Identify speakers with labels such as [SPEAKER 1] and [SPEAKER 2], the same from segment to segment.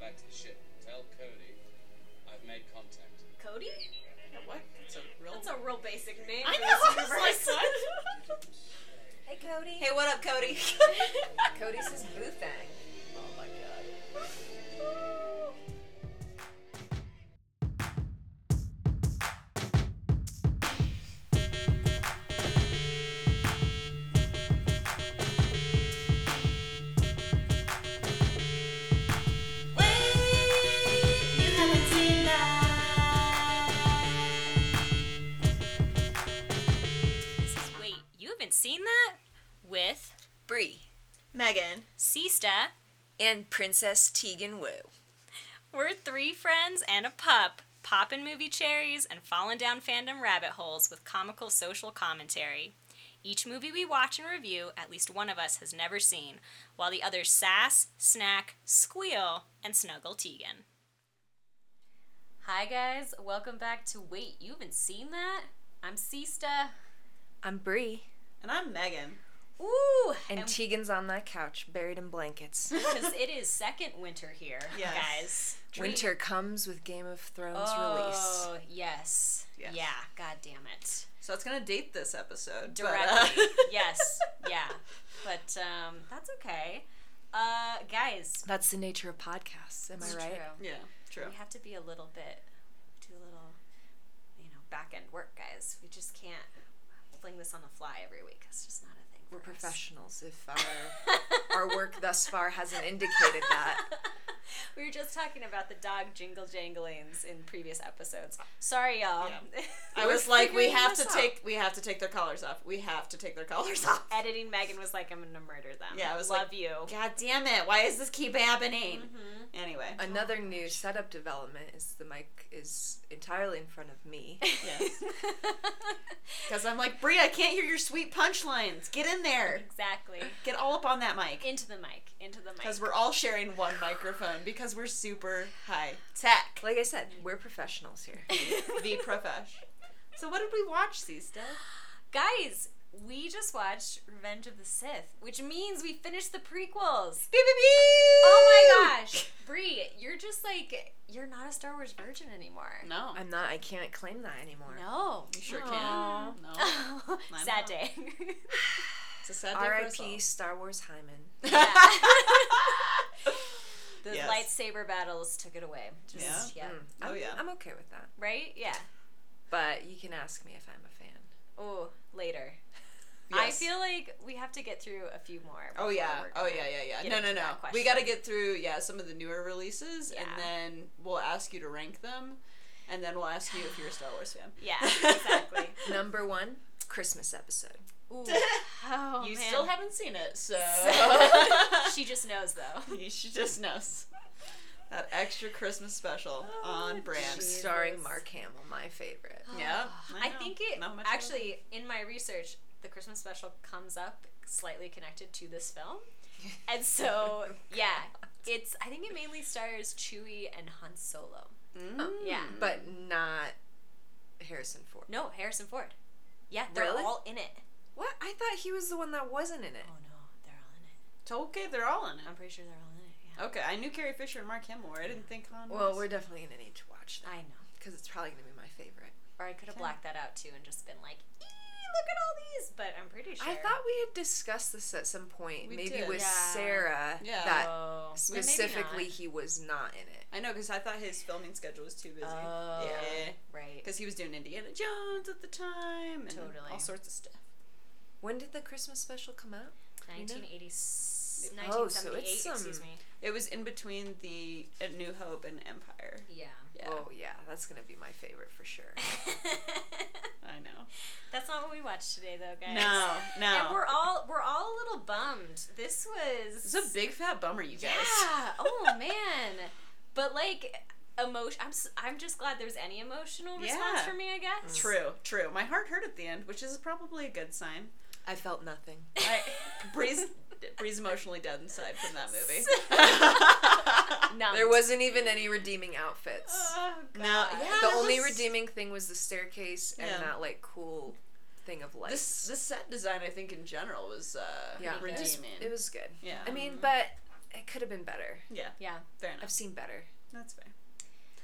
[SPEAKER 1] back to the ship. Tell Cody I've made contact.
[SPEAKER 2] Cody?
[SPEAKER 3] What? It's a real.
[SPEAKER 2] That's a real basic name.
[SPEAKER 3] I
[SPEAKER 2] for
[SPEAKER 3] know.
[SPEAKER 2] this
[SPEAKER 3] I was
[SPEAKER 2] universe.
[SPEAKER 3] like, what?
[SPEAKER 4] Hey, Cody.
[SPEAKER 2] hey, what up, Cody?
[SPEAKER 4] Cody says Boo Fang.
[SPEAKER 3] oh my god.
[SPEAKER 2] This is wait, you haven't seen that with
[SPEAKER 4] Bree
[SPEAKER 5] Megan.
[SPEAKER 2] Sista.
[SPEAKER 4] and Princess Tegan Wu.
[SPEAKER 2] We're three friends and a pup, poppin' movie cherries and falling down fandom rabbit holes with comical social commentary. Each movie we watch and review, at least one of us has never seen, while the others sass, snack, squeal, and snuggle Tegan. Hi guys, welcome back to Wait, you haven't seen that? I'm Sista.
[SPEAKER 4] I'm Bree,
[SPEAKER 5] And I'm Megan.
[SPEAKER 2] Ooh,
[SPEAKER 4] and, Tegan's on that couch, buried in blankets.
[SPEAKER 2] because it is second winter here,
[SPEAKER 5] Yes.
[SPEAKER 2] guys.
[SPEAKER 4] Winter comes with Game of Thrones release.
[SPEAKER 2] Oh, yes.
[SPEAKER 5] Yes.
[SPEAKER 2] Yeah, god damn it.
[SPEAKER 5] So it's gonna date this episode. but, uh,
[SPEAKER 2] directly. yes. Yeah. But um, that's okay. Uh, guys,
[SPEAKER 4] That's the nature of podcasts, am I right?
[SPEAKER 2] True.
[SPEAKER 5] yeah, true.
[SPEAKER 2] We have to be a little bit, do a little, you know, back end work, guys. We just can't fling this on the fly every week. That's just not a thing.
[SPEAKER 4] We're
[SPEAKER 2] for us.
[SPEAKER 4] professionals if our, our work thus far hasn't indicated that.
[SPEAKER 2] We were just talking about the dog jingle janglings in previous episodes. Sorry, y'all.
[SPEAKER 5] I
[SPEAKER 2] We're
[SPEAKER 5] was like, we
[SPEAKER 2] figuring
[SPEAKER 5] have to
[SPEAKER 2] this out.
[SPEAKER 5] take we have to take their collars off. We have to take their collars off.
[SPEAKER 2] Editing Megan was like, I'm gonna murder them.
[SPEAKER 5] Yeah, I was
[SPEAKER 2] love
[SPEAKER 5] like,
[SPEAKER 2] you.
[SPEAKER 5] God damn it! Why does this keep happening?
[SPEAKER 2] Mm-hmm.
[SPEAKER 5] Anyway,
[SPEAKER 4] Another new setup development is the mic is entirely in front of me.
[SPEAKER 5] Yes. because I'm like Bria, I can't hear your sweet punchlines. Get in there.
[SPEAKER 2] exactly.
[SPEAKER 5] Get all up on that mic.
[SPEAKER 2] Into the mic. Into the mic.
[SPEAKER 5] Because we're all sharing one microphone because we're super high tech.
[SPEAKER 4] Like I said, we're professionals here.
[SPEAKER 5] The profesh. So what did we watch, Sista?
[SPEAKER 2] Oh Guys, we just watched Revenge of the Sith, which means we finished the prequels. Oh my gosh. Brie, you're just like you're not a Star Wars virgin anymore.
[SPEAKER 5] No,
[SPEAKER 4] I'm not. I can't claim that anymore.
[SPEAKER 2] No.
[SPEAKER 5] you sure
[SPEAKER 2] Aw.
[SPEAKER 5] can. No, I'm
[SPEAKER 2] Sad
[SPEAKER 5] not.
[SPEAKER 2] day.
[SPEAKER 5] it's a sad day for us all.
[SPEAKER 4] R.I.P. Star Wars Hyman.
[SPEAKER 2] Yeah. the
[SPEAKER 5] Yes.
[SPEAKER 2] lightsaber battles took it away. Just yeah.
[SPEAKER 4] Mm.
[SPEAKER 5] Oh,
[SPEAKER 4] I'm-
[SPEAKER 5] yeah.
[SPEAKER 4] I'm okay with that.
[SPEAKER 2] Right? Yeah.
[SPEAKER 4] But you can ask me if I'm a fan.
[SPEAKER 2] Oh, later. I
[SPEAKER 5] Yes.
[SPEAKER 2] feel like we have to get through a few more.
[SPEAKER 5] Oh
[SPEAKER 2] before
[SPEAKER 5] yeah.
[SPEAKER 2] we're
[SPEAKER 5] Oh
[SPEAKER 2] gonna-
[SPEAKER 5] yeah. Yeah yeah.
[SPEAKER 2] get
[SPEAKER 5] No
[SPEAKER 2] into
[SPEAKER 5] no no.
[SPEAKER 2] that
[SPEAKER 5] We got to
[SPEAKER 2] question.
[SPEAKER 5] get through yeah some of the newer releases and
[SPEAKER 2] Yeah.
[SPEAKER 5] then we'll ask you to rank them, and then we'll ask you if you're a Star Wars fan.
[SPEAKER 2] Yeah, exactly.
[SPEAKER 4] Number one, Christmas episode.
[SPEAKER 2] Ooh. Oh,
[SPEAKER 5] you
[SPEAKER 2] man.
[SPEAKER 5] still haven't seen it, so
[SPEAKER 2] she just knows though.
[SPEAKER 5] you should just knows that extra Christmas special on brand.
[SPEAKER 2] Jesus.
[SPEAKER 4] Starring Mark Hamill, my favorite.
[SPEAKER 5] Yeah.
[SPEAKER 2] I, think it
[SPEAKER 5] Not much of a-
[SPEAKER 2] actually in my research the Christmas special comes up slightly connected to this film. And so, yeah, it's I think it mainly stars Chewie and Han Solo.
[SPEAKER 5] Mm.
[SPEAKER 2] Yeah.
[SPEAKER 4] But not Harrison Ford.
[SPEAKER 2] No, Harrison Ford. Yeah, they're
[SPEAKER 4] Really?
[SPEAKER 2] all in it.
[SPEAKER 4] What? I thought he was the one that wasn't in it.
[SPEAKER 2] Oh no, they're all in it.
[SPEAKER 5] Okay, they're all in it.
[SPEAKER 2] I'm pretty sure they're all in it. Yeah.
[SPEAKER 5] Okay, I knew Carrie Fisher and Mark Hamill. were. I didn't think Han.
[SPEAKER 4] Well,
[SPEAKER 5] was.
[SPEAKER 4] we're definitely going to need to watch
[SPEAKER 5] Oh.
[SPEAKER 4] that
[SPEAKER 2] I know.
[SPEAKER 4] because it's probably going to be my favorite.
[SPEAKER 2] Or I could have
[SPEAKER 5] Okay.
[SPEAKER 2] blacked that out too and just been like, "Ee, look at all these, but I'm pretty sure
[SPEAKER 4] I thought we had discussed this at some point,
[SPEAKER 5] We
[SPEAKER 4] maybe
[SPEAKER 5] did.
[SPEAKER 4] with
[SPEAKER 2] Yeah.
[SPEAKER 4] Sarah,
[SPEAKER 5] Yeah.
[SPEAKER 4] that
[SPEAKER 2] Oh, maybe not.
[SPEAKER 4] specifically he was not in it.
[SPEAKER 5] I know because I thought his filming schedule was too busy.
[SPEAKER 2] Oh,
[SPEAKER 5] Yeah.
[SPEAKER 2] right.
[SPEAKER 5] Because he was doing Indiana Jones at the time and
[SPEAKER 2] Totally.
[SPEAKER 5] all sorts of stuff.
[SPEAKER 4] When did the Christmas special come out?
[SPEAKER 2] 1980,
[SPEAKER 4] Oh, so
[SPEAKER 2] 1978,
[SPEAKER 4] it's
[SPEAKER 2] excuse
[SPEAKER 4] some-
[SPEAKER 2] me.
[SPEAKER 5] It was in between the A New Hope and Empire.
[SPEAKER 2] Yeah.
[SPEAKER 5] Yeah,
[SPEAKER 4] Oh, yeah, that's going to be my favorite for sure.
[SPEAKER 5] I know.
[SPEAKER 2] That's not what we watched today, though, guys.
[SPEAKER 5] No, no.
[SPEAKER 2] And we're all we're all a little bummed. This was.
[SPEAKER 5] It's a big fat bummer, you guys.
[SPEAKER 2] yeah. Oh man. But like emotion, I'm s- I'm just glad there's any emotional response
[SPEAKER 5] Yeah.
[SPEAKER 2] from me. I guess.
[SPEAKER 5] True, true. My heart hurt at the end, which is probably a good sign.
[SPEAKER 4] I felt nothing.
[SPEAKER 5] I, Bree's, Bree's emotionally dead inside from that movie.
[SPEAKER 2] No.
[SPEAKER 4] There wasn't even any redeeming outfits.
[SPEAKER 5] Oh, no, yeah,
[SPEAKER 4] the
[SPEAKER 5] it
[SPEAKER 4] only
[SPEAKER 5] was-
[SPEAKER 4] redeeming thing was the staircase and
[SPEAKER 5] Yeah.
[SPEAKER 4] that, like, cool thing of
[SPEAKER 5] This,
[SPEAKER 4] lights.
[SPEAKER 5] this set design, I think, in Um, general was uh,
[SPEAKER 4] Yeah.
[SPEAKER 5] redeeming.
[SPEAKER 4] It was good.
[SPEAKER 5] yeah.
[SPEAKER 4] I mean, but it could have been better.
[SPEAKER 5] Yeah,
[SPEAKER 2] Yeah.
[SPEAKER 5] fair
[SPEAKER 4] I've
[SPEAKER 5] enough.
[SPEAKER 4] seen better.
[SPEAKER 5] That's fair.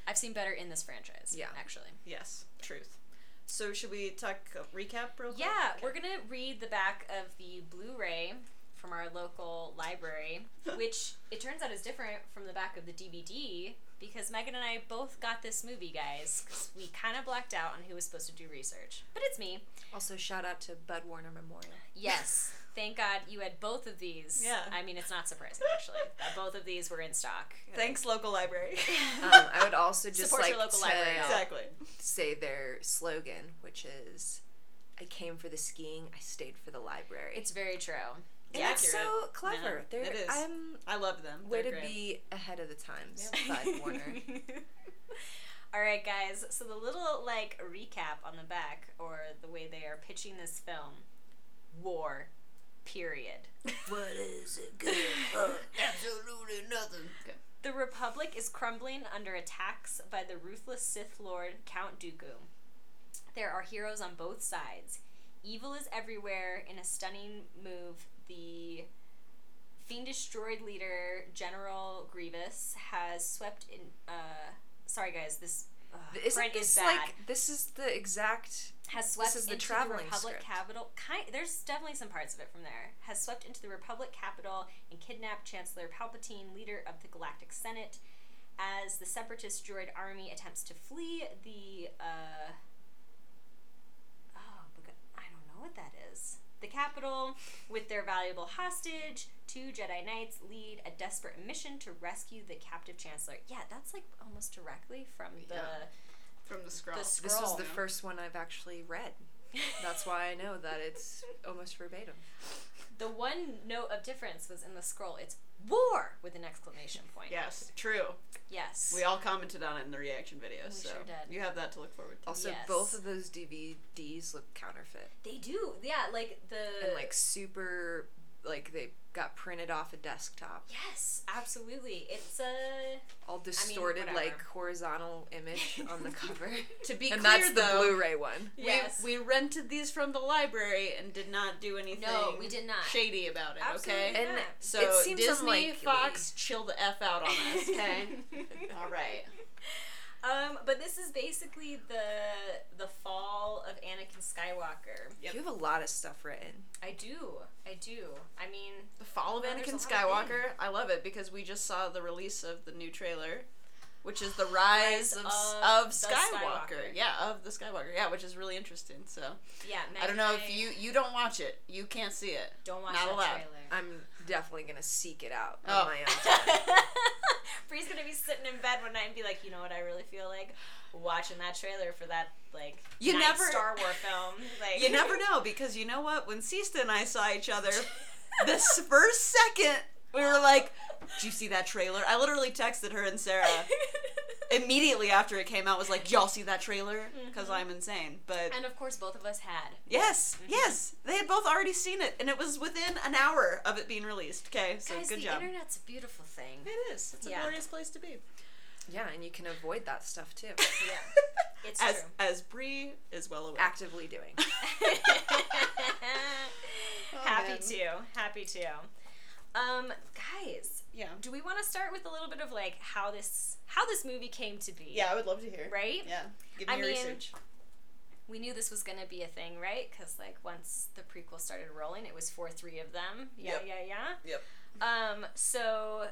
[SPEAKER 2] I've seen better in this franchise.
[SPEAKER 4] Yeah.
[SPEAKER 2] Actually.
[SPEAKER 5] Yes, truth. So should we talk uh, recap real quick?
[SPEAKER 2] Yeah, we're gonna read the back of the Blu-ray from our local library, which it turns out is different from the back of the DVD because Megan and I both got this movie, guys. 'cause we kind of blacked out on who was supposed to do research, but it's me.
[SPEAKER 4] Also, shout out to Bud Warner Memorial.
[SPEAKER 2] Yes, thank God you had both of these.
[SPEAKER 5] Yeah.
[SPEAKER 2] I mean, it's not surprising actually that both of these were in stock.
[SPEAKER 5] Thanks, local library.
[SPEAKER 4] Um, I would also just
[SPEAKER 2] Support
[SPEAKER 4] like
[SPEAKER 2] your local
[SPEAKER 4] to
[SPEAKER 2] library, y'all.
[SPEAKER 5] exactly.
[SPEAKER 4] say their slogan, which is, "I came for the skiing, I stayed for the library."
[SPEAKER 2] It's very true.
[SPEAKER 4] and
[SPEAKER 5] Yeah,
[SPEAKER 4] it's so
[SPEAKER 5] accurate.
[SPEAKER 4] clever.
[SPEAKER 5] Yeah,
[SPEAKER 4] They're,
[SPEAKER 5] it is.
[SPEAKER 4] I'm
[SPEAKER 5] I love them.
[SPEAKER 4] way
[SPEAKER 5] They're
[SPEAKER 4] to
[SPEAKER 5] great.
[SPEAKER 4] be ahead of the times, Bud Warner.
[SPEAKER 2] All right, guys. So the little like recap on the back, or the way they are pitching this film, war, period.
[SPEAKER 4] what is it good for?
[SPEAKER 5] absolutely nothing.
[SPEAKER 2] The Republic is crumbling under attacks by the ruthless Sith Lord Count Dooku. There are heroes on both sides. Evil is everywhere. In a stunning move, the fiendish droid leader General Grievous has swept in. Uh, sorry, guys. This. Uh,
[SPEAKER 4] Isn't
[SPEAKER 2] Brent
[SPEAKER 4] this
[SPEAKER 2] is bad.
[SPEAKER 4] like this is the exact?
[SPEAKER 2] has swept
[SPEAKER 4] is the
[SPEAKER 2] into
[SPEAKER 4] traveling
[SPEAKER 2] the Republic
[SPEAKER 4] script.
[SPEAKER 2] capital. Kind, there's definitely some parts of it from there. Has swept into the Republic capital and kidnapped Chancellor Palpatine, leader of the Galactic Senate. As the separatist droid army attempts to flee, the uh, oh, the g- I don't know what that is. The capital, with their valuable hostage, two Jedi Knights lead a desperate mission to rescue the captive Chancellor. Yeah, that's like almost directly from the
[SPEAKER 4] Yeah.
[SPEAKER 5] From the scroll.
[SPEAKER 2] the scroll.
[SPEAKER 4] This was the first one I've actually read. That's why I know that it's almost verbatim.
[SPEAKER 2] The one note of difference was in the scroll. It's war with an exclamation point.
[SPEAKER 5] Yes, true.
[SPEAKER 2] Yes.
[SPEAKER 5] We all commented on it in the reaction videos, so
[SPEAKER 2] We sure did.
[SPEAKER 5] you have that to look forward to.
[SPEAKER 4] Also,
[SPEAKER 2] Yes.
[SPEAKER 4] both of those DVDs look counterfeit
[SPEAKER 2] they do. Yeah, like the
[SPEAKER 4] and like super, like they got printed off a desktop,
[SPEAKER 2] Yes, absolutely. It's a
[SPEAKER 4] all distorted like
[SPEAKER 2] whatever.
[SPEAKER 4] horizontal image on the cover.
[SPEAKER 5] To be
[SPEAKER 4] and
[SPEAKER 5] clear,
[SPEAKER 4] that's the
[SPEAKER 5] though,
[SPEAKER 4] Blu-ray one.
[SPEAKER 5] we,
[SPEAKER 2] Yes.
[SPEAKER 5] we rented these from the library and did not do anything.
[SPEAKER 2] No, we did not.
[SPEAKER 5] Shady about it.
[SPEAKER 2] Absolutely
[SPEAKER 5] Okay.
[SPEAKER 4] And
[SPEAKER 2] Yeah.
[SPEAKER 5] So
[SPEAKER 4] it seems
[SPEAKER 5] Disney,
[SPEAKER 4] unlikely.
[SPEAKER 5] Fox, chill the f out on us. Okay. all right.
[SPEAKER 2] um but this is basically the the fall of Anakin Skywalker.
[SPEAKER 5] Yep.
[SPEAKER 4] You have a lot of stuff written.
[SPEAKER 2] I do. I do. I mean,
[SPEAKER 5] The Fall of
[SPEAKER 2] Well,
[SPEAKER 5] Anakin
[SPEAKER 2] there's a lot of
[SPEAKER 5] Skywalker. I love it because we just saw the release of the new trailer, which is the rise
[SPEAKER 2] Rise
[SPEAKER 5] of, of,
[SPEAKER 2] of the
[SPEAKER 5] Skywalker.
[SPEAKER 2] Skywalker.
[SPEAKER 5] Yeah, of the Skywalker. Yeah, which is really interesting. So
[SPEAKER 2] yeah, Meg
[SPEAKER 5] I don't know
[SPEAKER 2] and
[SPEAKER 5] if you you don't watch it, you can't see it.
[SPEAKER 2] don't watch
[SPEAKER 5] not
[SPEAKER 2] that
[SPEAKER 5] allowed.
[SPEAKER 2] trailer.
[SPEAKER 4] I'm definitely gonna seek it out
[SPEAKER 5] Oh.
[SPEAKER 4] on my own.
[SPEAKER 2] Bree's gonna be sitting in bed one night and be like, you know what I really feel like? Watching that trailer for that like
[SPEAKER 5] You
[SPEAKER 2] ninth
[SPEAKER 5] never-
[SPEAKER 2] Star War film. Like
[SPEAKER 5] You never know because you know what? When Sista and I saw each other, this first second we were like, "Did you see that trailer?" I literally texted her and Sarah immediately after it came out. Was like, "Y'all see that trailer?" Because I'm insane. But
[SPEAKER 2] Mm-hmm. And of course, both of us had.
[SPEAKER 5] Yes, yes. They had both already seen it, and it was within an hour of it being released. Okay, so
[SPEAKER 2] Guys,
[SPEAKER 5] good
[SPEAKER 2] the
[SPEAKER 5] job.
[SPEAKER 2] internet's a beautiful thing.
[SPEAKER 5] It is. It's
[SPEAKER 2] Yeah.
[SPEAKER 5] a glorious place to be.
[SPEAKER 4] yeah, and you can avoid that stuff too.
[SPEAKER 2] Yeah, it's
[SPEAKER 5] as
[SPEAKER 2] true.
[SPEAKER 5] as Bree is well aware.
[SPEAKER 4] Actively doing.
[SPEAKER 2] happy
[SPEAKER 5] Oh, man.
[SPEAKER 2] to, happy to. Um, guys,
[SPEAKER 5] yeah.
[SPEAKER 2] do we want to start with a little bit of like how this how this movie came to be?
[SPEAKER 5] Yeah, I would love to hear.
[SPEAKER 2] Right?
[SPEAKER 5] Yeah. Give me
[SPEAKER 2] I
[SPEAKER 5] your
[SPEAKER 2] mean-
[SPEAKER 5] research.
[SPEAKER 2] We knew this was gonna be a thing, right? Because like once the prequel started rolling, it was four three of them. Yeah,
[SPEAKER 5] Yep.
[SPEAKER 2] yeah, yeah.
[SPEAKER 5] Yep.
[SPEAKER 2] Um, so,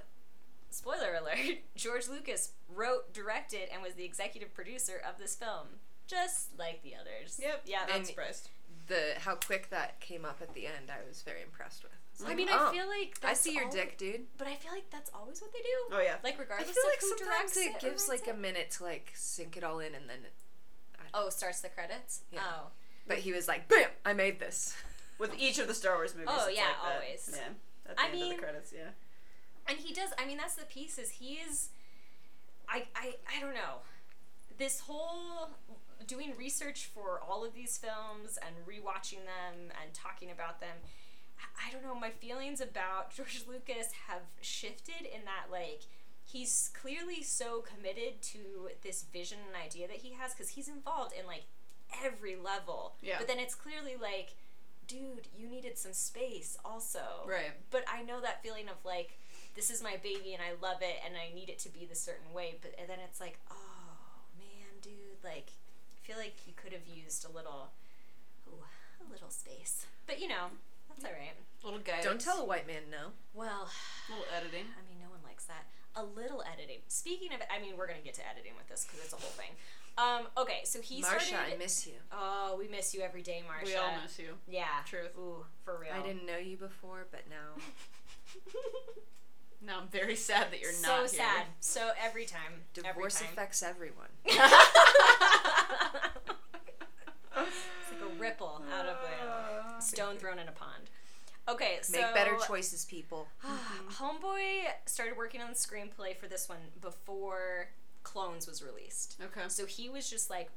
[SPEAKER 2] spoiler alert: George Lucas wrote, directed, and was the executive producer of this film, just like the others.
[SPEAKER 5] Yep.
[SPEAKER 2] Yeah.
[SPEAKER 5] Not
[SPEAKER 4] And-
[SPEAKER 5] surprised.
[SPEAKER 4] The how quick that came up at the end, I was very impressed with. It's
[SPEAKER 2] I mean,
[SPEAKER 4] oh,
[SPEAKER 2] I feel like
[SPEAKER 4] I
[SPEAKER 2] that's
[SPEAKER 4] see your
[SPEAKER 2] all-
[SPEAKER 4] dick, dude.
[SPEAKER 2] but I feel like that's always what they do.
[SPEAKER 5] Oh yeah.
[SPEAKER 2] Like
[SPEAKER 4] I
[SPEAKER 2] regardless
[SPEAKER 4] feel like
[SPEAKER 2] of who
[SPEAKER 4] sometimes
[SPEAKER 2] directs
[SPEAKER 4] it
[SPEAKER 2] or writes
[SPEAKER 4] gives like
[SPEAKER 2] it.
[SPEAKER 4] a minute to like sink it all in, and then.
[SPEAKER 2] Oh, starts the credits.
[SPEAKER 4] Yeah.
[SPEAKER 2] Oh,
[SPEAKER 4] But he was like, "Bam! I made this."
[SPEAKER 5] With each of the Star Wars movies.
[SPEAKER 2] Oh,
[SPEAKER 5] it's
[SPEAKER 2] yeah,
[SPEAKER 5] like that.
[SPEAKER 2] always.
[SPEAKER 5] Yeah. At the
[SPEAKER 2] I
[SPEAKER 5] end of
[SPEAKER 2] mean-
[SPEAKER 5] the credits. Yeah.
[SPEAKER 2] and he does. I mean, that's the piece. Is he is, I I I don't know. This whole doing research for all of these films and rewatching them and talking about them. I- I don't know. My feelings about George Lucas have shifted in that like he's clearly so committed to this vision and idea that he has because he's involved in like every level.
[SPEAKER 5] Yeah.
[SPEAKER 2] But then it's clearly like, dude, you needed some space also
[SPEAKER 5] Right.
[SPEAKER 2] but I know that feeling of like this is my baby and I love it and I need it to be this certain way. But and then it's like, oh man, dude, like I feel like you could have used a little, ooh, a little space. But you know, that's all right.
[SPEAKER 5] Little guys.
[SPEAKER 4] Don't tell a white man no.
[SPEAKER 2] Well,
[SPEAKER 5] Little editing.
[SPEAKER 2] I mean, no one likes that. A little editing. Speaking of, I mean, we're gonna get to editing with this because it's a whole thing. Um, okay, so he
[SPEAKER 4] Marsha,
[SPEAKER 2] started.
[SPEAKER 4] I miss you.
[SPEAKER 2] oh, we miss you every day, Marsha.
[SPEAKER 5] We all miss you.
[SPEAKER 2] Yeah.
[SPEAKER 5] Truth.
[SPEAKER 2] Ooh, for real.
[SPEAKER 4] I didn't know you before, but now
[SPEAKER 5] Now I'm very sad that you're
[SPEAKER 2] so
[SPEAKER 5] not here.
[SPEAKER 2] sad. So every time.
[SPEAKER 4] divorce
[SPEAKER 2] every time.
[SPEAKER 4] affects everyone.
[SPEAKER 2] it's like a ripple out of a stone thrown in a pond. Okay, so
[SPEAKER 4] Oh. Make better choices, people.
[SPEAKER 2] Homeboy started working on the screenplay for this one before Clones was released.
[SPEAKER 5] Okay.
[SPEAKER 2] Um, So he was just like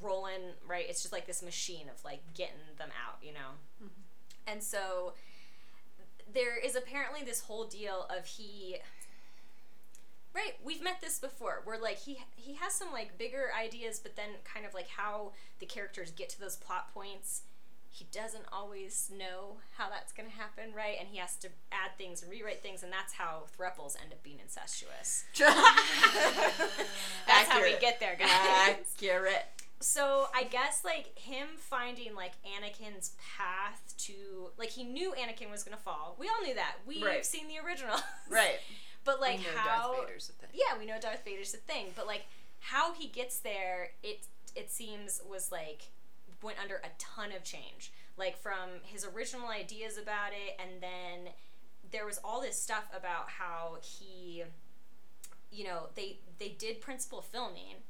[SPEAKER 2] rolling, right? It's just like this machine of like getting them out, you know?
[SPEAKER 5] Mm-hmm.
[SPEAKER 2] And so there is apparently this whole deal of he. Right, we've met this before. Where like he he has some like bigger ideas, but then kind of like how the characters get to those plot points, he doesn't always know how that's gonna happen, right? And he has to add things and rewrite things, and that's how threples end up being incestuous. That's how we
[SPEAKER 5] Accurate.
[SPEAKER 2] get there, guys.
[SPEAKER 5] Accurate.
[SPEAKER 2] So I guess like him finding like Anakin's path to like he knew Anakin was gonna fall. We all knew that. We've
[SPEAKER 5] Right.
[SPEAKER 2] seen the original.
[SPEAKER 5] Right.
[SPEAKER 2] But like
[SPEAKER 4] we know
[SPEAKER 2] how
[SPEAKER 4] Darth Vader's a thing.
[SPEAKER 2] Yeah, we know Darth Vader's a thing, but like how he gets there, it it seems was like went under a ton of change. Like from his original ideas about it and then there was all this stuff about how he you know, they they did principal filming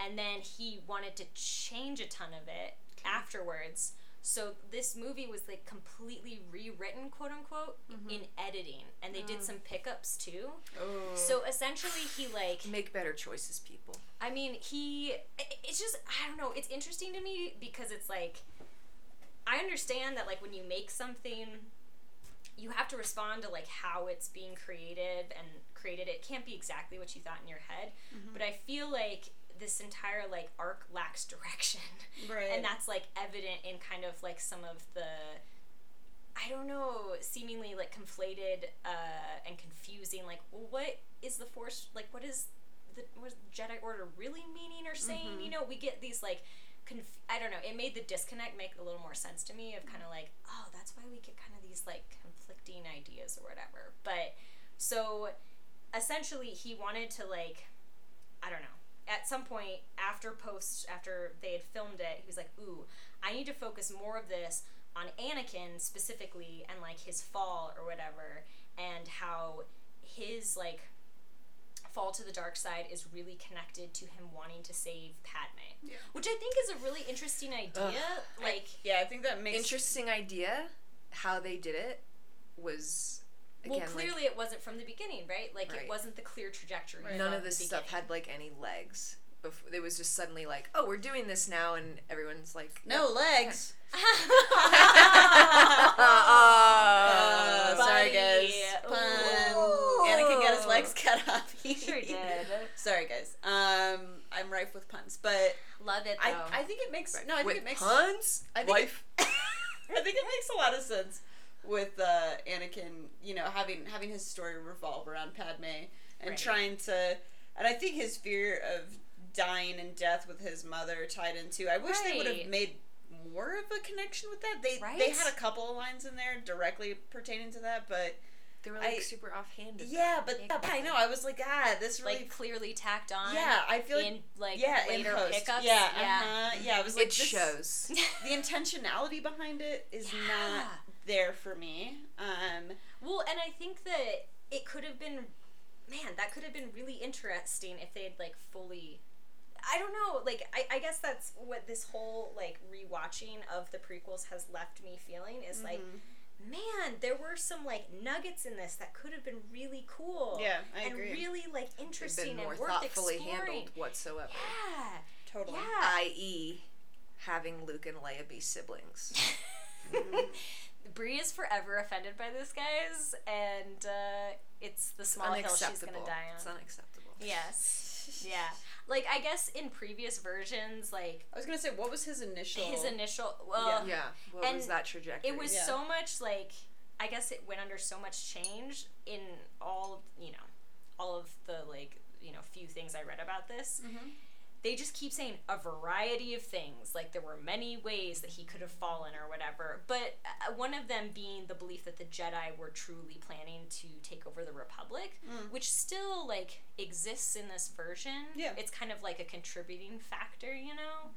[SPEAKER 2] and then he wanted to change a ton of it afterwards. So this movie was like completely rewritten, quote unquote,
[SPEAKER 5] Mm-hmm.
[SPEAKER 2] in editing, and they did some pickups too.
[SPEAKER 5] Oh.
[SPEAKER 2] Mm-hmm. So essentially, he like,
[SPEAKER 4] Make better choices, people.
[SPEAKER 2] I mean, he, i- it's just, I don't know, it's interesting to me because it's like, I understand that like when you make something, you have to respond to like how it's being created and created. It can't be exactly what you thought in your head, but I feel like this entire like arc lacks direction
[SPEAKER 5] Right.
[SPEAKER 2] and that's like evident in kind of like some of the i don't know seemingly like conflated uh and confusing like well, what is the force like what is the what is jedi order really meaning or saying you know we get these like conf- i don't know it made the disconnect make a little more sense to me of kind of like oh that's why we get kind of these like conflicting ideas or whatever but so essentially he wanted to like I don't know. At some point after post after they had filmed it, he was like, "Ooh, I need to focus more of this on Anakin specifically and like his fall or whatever and how his like fall to the dark side is really connected to him wanting to save Padme."
[SPEAKER 5] Yeah.
[SPEAKER 2] Which I think is a really interesting idea. like
[SPEAKER 5] yeah, I think that makes
[SPEAKER 4] Interesting idea. How they did it was again
[SPEAKER 2] well,
[SPEAKER 4] like,
[SPEAKER 2] clearly it wasn't from the beginning, right? Like
[SPEAKER 4] Right.
[SPEAKER 2] it wasn't the clear trajectory.
[SPEAKER 4] none
[SPEAKER 2] from
[SPEAKER 4] of this
[SPEAKER 2] the
[SPEAKER 4] stuff
[SPEAKER 2] beginning.
[SPEAKER 4] had like any legs. Before, it was just suddenly like, oh, we're doing this now, and everyone's like,
[SPEAKER 5] no legs.
[SPEAKER 4] oh, Ah,
[SPEAKER 5] Uh, sorry
[SPEAKER 2] Buddy.
[SPEAKER 5] guys. Pun.
[SPEAKER 2] Ooh.
[SPEAKER 5] Anakin got his legs cut off. He
[SPEAKER 2] Sure did.
[SPEAKER 5] sorry guys. Um, I'm rife with puns, but
[SPEAKER 2] Love it though.
[SPEAKER 5] I, I think it makes no. I think
[SPEAKER 4] with
[SPEAKER 5] it makes
[SPEAKER 4] puns.
[SPEAKER 5] I think
[SPEAKER 4] Life.
[SPEAKER 5] It, I think it makes a lot of sense with uh, Anakin, you know, having having his story revolve around Padme and
[SPEAKER 2] Right.
[SPEAKER 5] trying to, and I think his fear of dying and death with his mother tied into. I wish they would
[SPEAKER 2] Right.
[SPEAKER 5] have made more of a connection with that. They they
[SPEAKER 2] Right?
[SPEAKER 5] had a couple of lines in there directly pertaining to that, but
[SPEAKER 4] They were
[SPEAKER 5] I-
[SPEAKER 4] like super offhanded.
[SPEAKER 5] yeah,
[SPEAKER 4] though.
[SPEAKER 5] but that, I know I was like, ah, this really.
[SPEAKER 2] like clearly tacked on.
[SPEAKER 5] yeah, I feel like
[SPEAKER 2] in like
[SPEAKER 5] yeah, in
[SPEAKER 2] later
[SPEAKER 5] post.
[SPEAKER 2] pickups.
[SPEAKER 5] Yeah, Uh-huh, yeah, it was like
[SPEAKER 4] it
[SPEAKER 5] this-
[SPEAKER 4] shows.
[SPEAKER 5] the intentionality behind it is not
[SPEAKER 2] Yeah.
[SPEAKER 5] there for me. Um,
[SPEAKER 2] Well, and I think that it could have been, man, that could have been really interesting if they had like fully. I don't know. Like, I, I guess that's what this whole like rewatching of the prequels has left me feeling is like,
[SPEAKER 5] Mm-hmm.
[SPEAKER 2] man, there were some like nuggets in this that could have been really cool.
[SPEAKER 5] Yeah, I
[SPEAKER 2] and
[SPEAKER 5] agree.
[SPEAKER 2] really like
[SPEAKER 4] It's
[SPEAKER 2] interesting
[SPEAKER 4] been more
[SPEAKER 2] and worth
[SPEAKER 4] thoughtfully
[SPEAKER 2] exploring.
[SPEAKER 4] handled whatsoever.
[SPEAKER 2] Yeah,
[SPEAKER 5] totally.
[SPEAKER 2] yeah.
[SPEAKER 4] I.e., having Luke and Leia be siblings.
[SPEAKER 2] Bree is forever offended by this, guys, and uh, it's the small hill she's gonna
[SPEAKER 4] unacceptable.
[SPEAKER 2] die
[SPEAKER 4] It's
[SPEAKER 2] on.
[SPEAKER 4] unacceptable.
[SPEAKER 2] Yes, yeah. Like I guess in previous versions, like
[SPEAKER 5] I was gonna say, what was his initial?
[SPEAKER 2] his initial, well,
[SPEAKER 4] Yeah. What
[SPEAKER 2] And
[SPEAKER 4] was that trajectory?
[SPEAKER 2] it was
[SPEAKER 5] Yeah.
[SPEAKER 2] so much like I guess it went under so much change in all things I read about this.
[SPEAKER 5] Mm-hmm.
[SPEAKER 2] They just keep saying a variety of things, like there were many ways that he could have fallen or whatever. But uh, one of them being the belief that the Jedi were truly planning to take over the Republic, which still like exists in this version.
[SPEAKER 5] Yeah.
[SPEAKER 2] it's kind of like a contributing factor, you know.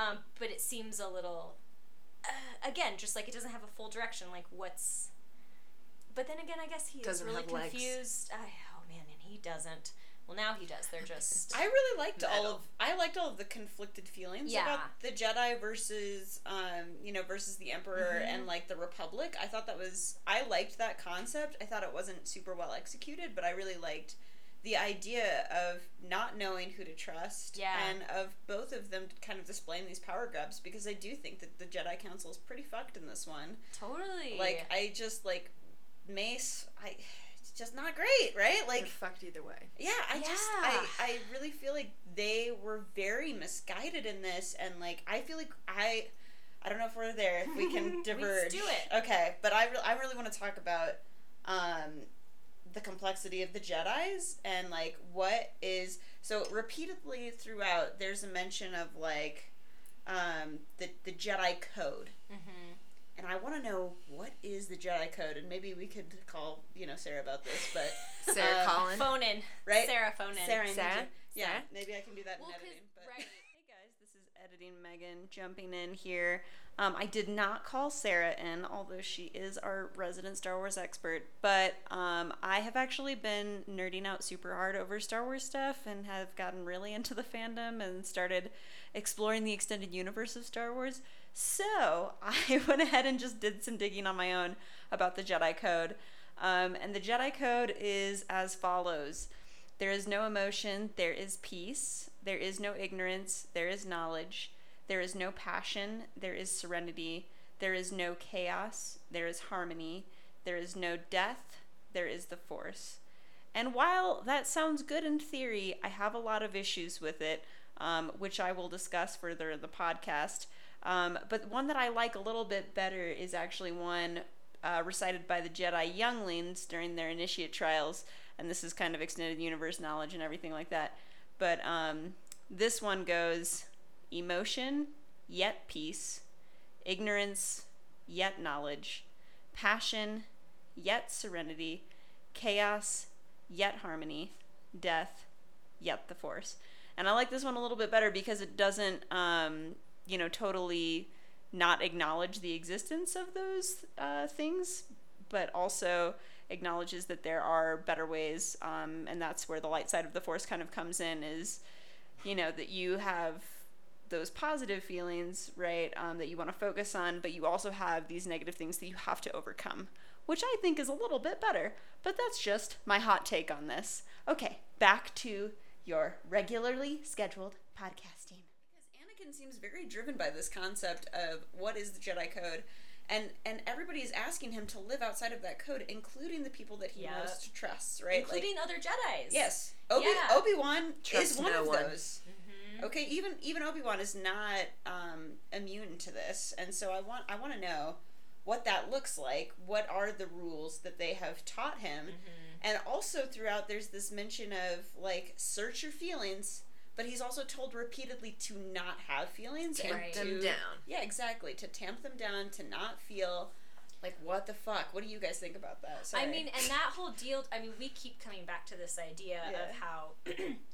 [SPEAKER 2] Um, but it seems a little, uh, again, just like it doesn't have a full direction. Like what's but then again, I guess he
[SPEAKER 4] Doesn't
[SPEAKER 2] was really
[SPEAKER 4] have legs.
[SPEAKER 2] confused. I, oh man, and he doesn't. Well, now he does. They're just
[SPEAKER 5] I really liked all
[SPEAKER 4] Metal.
[SPEAKER 5] of I liked all of the conflicted feelings
[SPEAKER 2] Yeah.
[SPEAKER 5] about the Jedi versus um you know versus the Emperor
[SPEAKER 2] Mhm.
[SPEAKER 5] and like the Republic. I thought that was I liked that concept. I thought it wasn't super well executed, but I really liked the idea of not knowing who to trust
[SPEAKER 2] Yeah.
[SPEAKER 5] and of both of them kind of displaying these power grabs because I do think that the Jedi Council is pretty fucked in this one.
[SPEAKER 2] totally
[SPEAKER 5] Like I just like Mace I it's just not great, right?
[SPEAKER 4] Like
[SPEAKER 5] Like
[SPEAKER 4] fucked either way.
[SPEAKER 5] yeah, I just I,
[SPEAKER 2] Yeah.
[SPEAKER 5] I really feel like they were very misguided in this and like I feel like I I don't know if we're there if we can
[SPEAKER 2] Let's
[SPEAKER 5] diverge.
[SPEAKER 2] do it.
[SPEAKER 5] Okay, but I re- I really want to talk about um the complexity of the Jedi's and like what is so repeatedly throughout there's a mention of like um the the Jedi code
[SPEAKER 2] Mhm.
[SPEAKER 5] and I want to know what is the Jedi code and maybe we could call you know Sarah about this but
[SPEAKER 4] Sarah
[SPEAKER 5] Uh,
[SPEAKER 4] Collin.
[SPEAKER 2] phone in
[SPEAKER 5] right
[SPEAKER 2] Sarah phone in
[SPEAKER 5] Sarah, I need
[SPEAKER 4] Sarah?
[SPEAKER 5] you. Yeah,
[SPEAKER 4] Sarah?
[SPEAKER 5] maybe I can do that
[SPEAKER 2] Well,
[SPEAKER 5] in
[SPEAKER 2] 'cause-
[SPEAKER 5] editing. But.
[SPEAKER 2] right.
[SPEAKER 5] Hey guys, this is editing Megan jumping in here. Um, I did not call Sarah in, although she is our resident Star Wars expert. But um, I have actually been nerding out super hard over Star Wars stuff and have gotten really into the fandom and started exploring the extended universe of Star Wars. So I went ahead and just did some digging on my own about the Jedi Code. Um, and the Jedi Code is as follows. There is no emotion, there is peace. There is no ignorance, there is knowledge. There is no passion, there is serenity. There is no chaos, there is harmony. There is no death, there is the force. And while that sounds good in theory, I have a lot of issues with it, um, which I will discuss further in the podcast. Um, but one that I like a little bit better is actually one uh, recited by the Jedi younglings during their initiate trials. And this is kind of extended universe knowledge and everything like that. But um, this one goes emotion, yet peace, ignorance, yet knowledge, passion, yet serenity, chaos, yet harmony, death, yet the force. And I like this one a little bit better because it doesn't, um, you know, totally not acknowledge the existence of those uh, things, but also acknowledges that there are better ways. Um, and that's where the light side of the force kind of comes in is, you know, that you have those positive feelings, right, um, that you want to focus on, but you also have these negative things that you have to overcome, which I think is a little bit better. But that's just my hot take on this. Okay, back to your regularly scheduled podcasting. Because Anakin seems very driven by this concept of what is the Jedi Code. And, and everybody is asking him to live outside of that code, including the people that he
[SPEAKER 2] Yeah.
[SPEAKER 5] most trusts, right? Like-
[SPEAKER 2] including other Jedi's.
[SPEAKER 5] Yes, Obi
[SPEAKER 2] Yeah. Mm-hmm.
[SPEAKER 5] Obi Wan is
[SPEAKER 4] Trust
[SPEAKER 5] one
[SPEAKER 4] no
[SPEAKER 5] of
[SPEAKER 4] one.
[SPEAKER 5] those. Okay, even even Obi Wan is not um, immune to this, and so I want I want to know what that looks like. What are the rules that they have taught him?
[SPEAKER 2] Mm-hmm.
[SPEAKER 5] And also throughout, there's this mention of like search your feelings, but he's also told repeatedly to not have feelings
[SPEAKER 4] Tamp
[SPEAKER 5] and
[SPEAKER 4] them
[SPEAKER 5] to-
[SPEAKER 4] down.
[SPEAKER 5] Yeah, exactly. To tamp them down, to not feel like what the fuck. What do you guys think about that? Sorry.
[SPEAKER 2] I mean, and that whole deal. I mean, we keep coming back to this idea
[SPEAKER 5] Yeah.
[SPEAKER 2] of how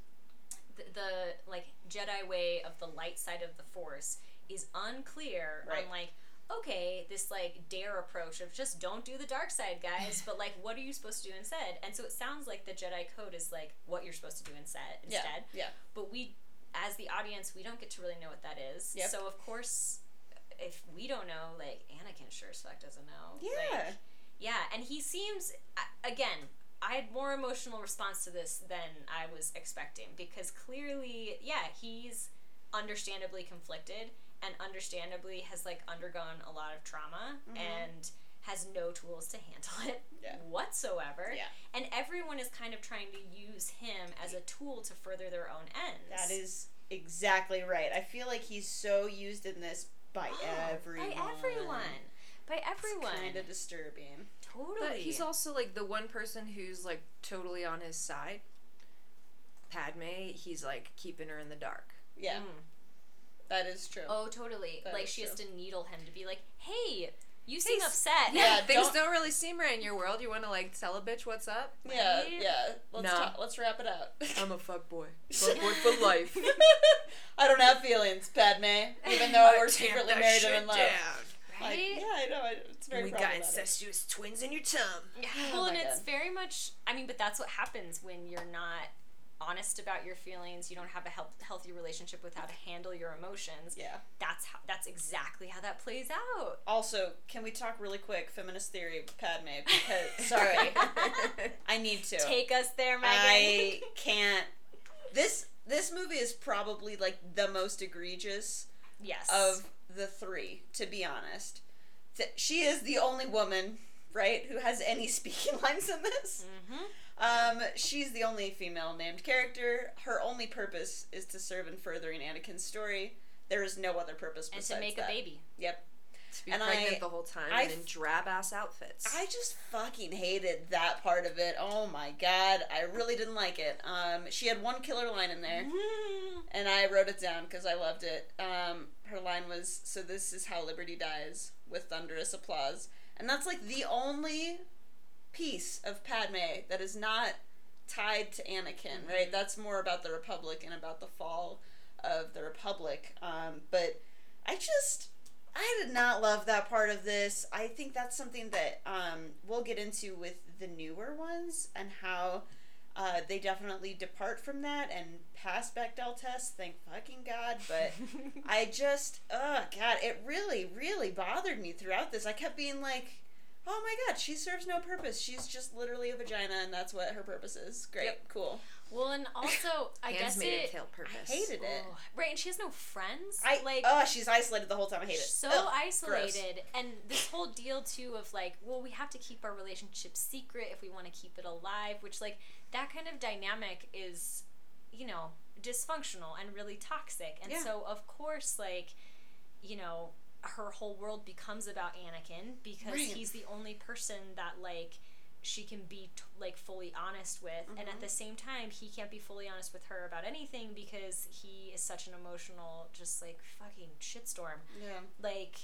[SPEAKER 2] the, the like Jedi way of the light side of the Force is unclear.
[SPEAKER 5] Right.
[SPEAKER 2] On like, okay, this like dare approach of just don't do the dark side, guys. but like, what are you supposed to do instead? And so it sounds like the Jedi code is like what you're supposed to do instead.
[SPEAKER 5] yeah,
[SPEAKER 2] Instead,
[SPEAKER 5] yeah.
[SPEAKER 2] but we as the audience we don't get to really know what that is
[SPEAKER 5] Yep.
[SPEAKER 2] so of course if we don't know like anakin sure as fuck doesn't know
[SPEAKER 5] Yeah.
[SPEAKER 2] Like, yeah and he seems a- again i had more emotional response to this than i was expecting because clearly yeah he's understandably conflicted and understandably has like undergone a lot of trauma and has no tools to handle it
[SPEAKER 5] Mm-hmm. Yeah.
[SPEAKER 2] whatsoever
[SPEAKER 5] Yeah.
[SPEAKER 2] and everyone is kind of trying to use him as a tool to further their own ends.
[SPEAKER 5] That is exactly right. I feel like he's so used in this by everyone.
[SPEAKER 2] By everyone. By everyone.
[SPEAKER 5] Kind of disturbing.
[SPEAKER 2] totally.
[SPEAKER 4] But he's also like the one person who's like totally on his side. Padme, he's like keeping her in the dark.
[SPEAKER 5] Yeah, that is true.
[SPEAKER 2] Mm. Oh, totally.
[SPEAKER 5] That
[SPEAKER 2] like
[SPEAKER 5] is
[SPEAKER 2] she has
[SPEAKER 5] true.
[SPEAKER 2] to needle him to be like, "Hey, you seem
[SPEAKER 4] s-
[SPEAKER 2] upset."
[SPEAKER 5] Yeah,
[SPEAKER 4] things
[SPEAKER 5] don't-
[SPEAKER 4] don't... really seem right in your world. You want to like tell a bitch what's up?
[SPEAKER 5] yeah,
[SPEAKER 2] Right?
[SPEAKER 5] yeah. Let's
[SPEAKER 4] No.
[SPEAKER 5] ta- let's wrap it up.
[SPEAKER 2] Um.
[SPEAKER 4] I'm a fuck boy. Fuck boy for life.
[SPEAKER 5] I don't have feelings, Padme. Even
[SPEAKER 2] Oh,
[SPEAKER 5] though we're
[SPEAKER 4] Tamp
[SPEAKER 5] secretly
[SPEAKER 4] that
[SPEAKER 5] married
[SPEAKER 4] shit
[SPEAKER 5] and in love.
[SPEAKER 4] down.
[SPEAKER 5] Like,
[SPEAKER 2] Right?
[SPEAKER 5] yeah, I know. I, it's very problematic.
[SPEAKER 4] incestuous twins in your tum.
[SPEAKER 2] well,
[SPEAKER 5] Oh my
[SPEAKER 2] and it's
[SPEAKER 5] God.
[SPEAKER 2] very much. I mean, but that's what happens when you're not honest about your feelings. You don't have a health, healthy relationship with how to handle your emotions.
[SPEAKER 5] Yeah.
[SPEAKER 2] That's how. That's exactly how that plays out.
[SPEAKER 5] Also, can we talk really quick feminist theory, Padme? Because sorry, I need to.
[SPEAKER 2] Take us there, Megan.
[SPEAKER 5] I can't. This this movie is probably like the most egregious
[SPEAKER 2] yes.
[SPEAKER 5] of the three, to be honest. Th- She is the only woman, right, who has any speaking lines in this.
[SPEAKER 2] Mhm.
[SPEAKER 5] Um, she's the only female named character. Her only purpose is to serve in furthering Anakin's story. There is no other purpose
[SPEAKER 2] and
[SPEAKER 5] besides
[SPEAKER 2] to make
[SPEAKER 5] that.
[SPEAKER 2] a baby.
[SPEAKER 5] Yep.
[SPEAKER 4] To be
[SPEAKER 5] And
[SPEAKER 4] pregnant
[SPEAKER 5] I-
[SPEAKER 4] the whole time
[SPEAKER 5] I
[SPEAKER 4] and in
[SPEAKER 5] f-
[SPEAKER 4] drab ass outfits.
[SPEAKER 5] I just fucking hated that part of it. Oh my god, I really didn't like it. Um, she had one killer line in
[SPEAKER 2] Mm-hmm.
[SPEAKER 5] there, and I wrote it down because I loved it. Um, her line was, "So this is how liberty dies," with thunderous applause, and that's like the only piece of Padme that is not tied to Anakin, right? That's more about the Republic and about the fall of the Republic. Um, but I just I did not love that part of this. I think that's something that um, we'll get into with the newer ones and how uh, they definitely depart from that and pass Bechdel tests. Thank fucking God. But I just, oh God, it really, really bothered me throughout this. I kept being like, oh my God, she serves no purpose. She's just literally a vagina and that's what her purpose is. Great, cool.
[SPEAKER 2] well, and also I
[SPEAKER 4] Hands
[SPEAKER 2] guess
[SPEAKER 4] made
[SPEAKER 2] it.
[SPEAKER 4] a kill purpose.
[SPEAKER 5] Hated it.
[SPEAKER 2] Oh, right, and she has no friends.
[SPEAKER 5] I
[SPEAKER 2] like.
[SPEAKER 5] oh, she's isolated the whole time. I hate it.
[SPEAKER 2] so
[SPEAKER 5] Ugh, gross.
[SPEAKER 2] isolated and this whole deal too of like well we have to keep our relationship secret if we want to keep it alive which like that kind of dynamic is you know dysfunctional and really toxic and
[SPEAKER 5] Yeah.
[SPEAKER 2] so of course like you know her whole world becomes about Anakin because
[SPEAKER 5] Right.
[SPEAKER 2] he's the only person that like she can be t- like fully honest with and
[SPEAKER 5] Mm-hmm.
[SPEAKER 2] at the same time he can't be fully honest with her about anything because he is such an emotional just like fucking shitstorm
[SPEAKER 5] Yeah.
[SPEAKER 2] like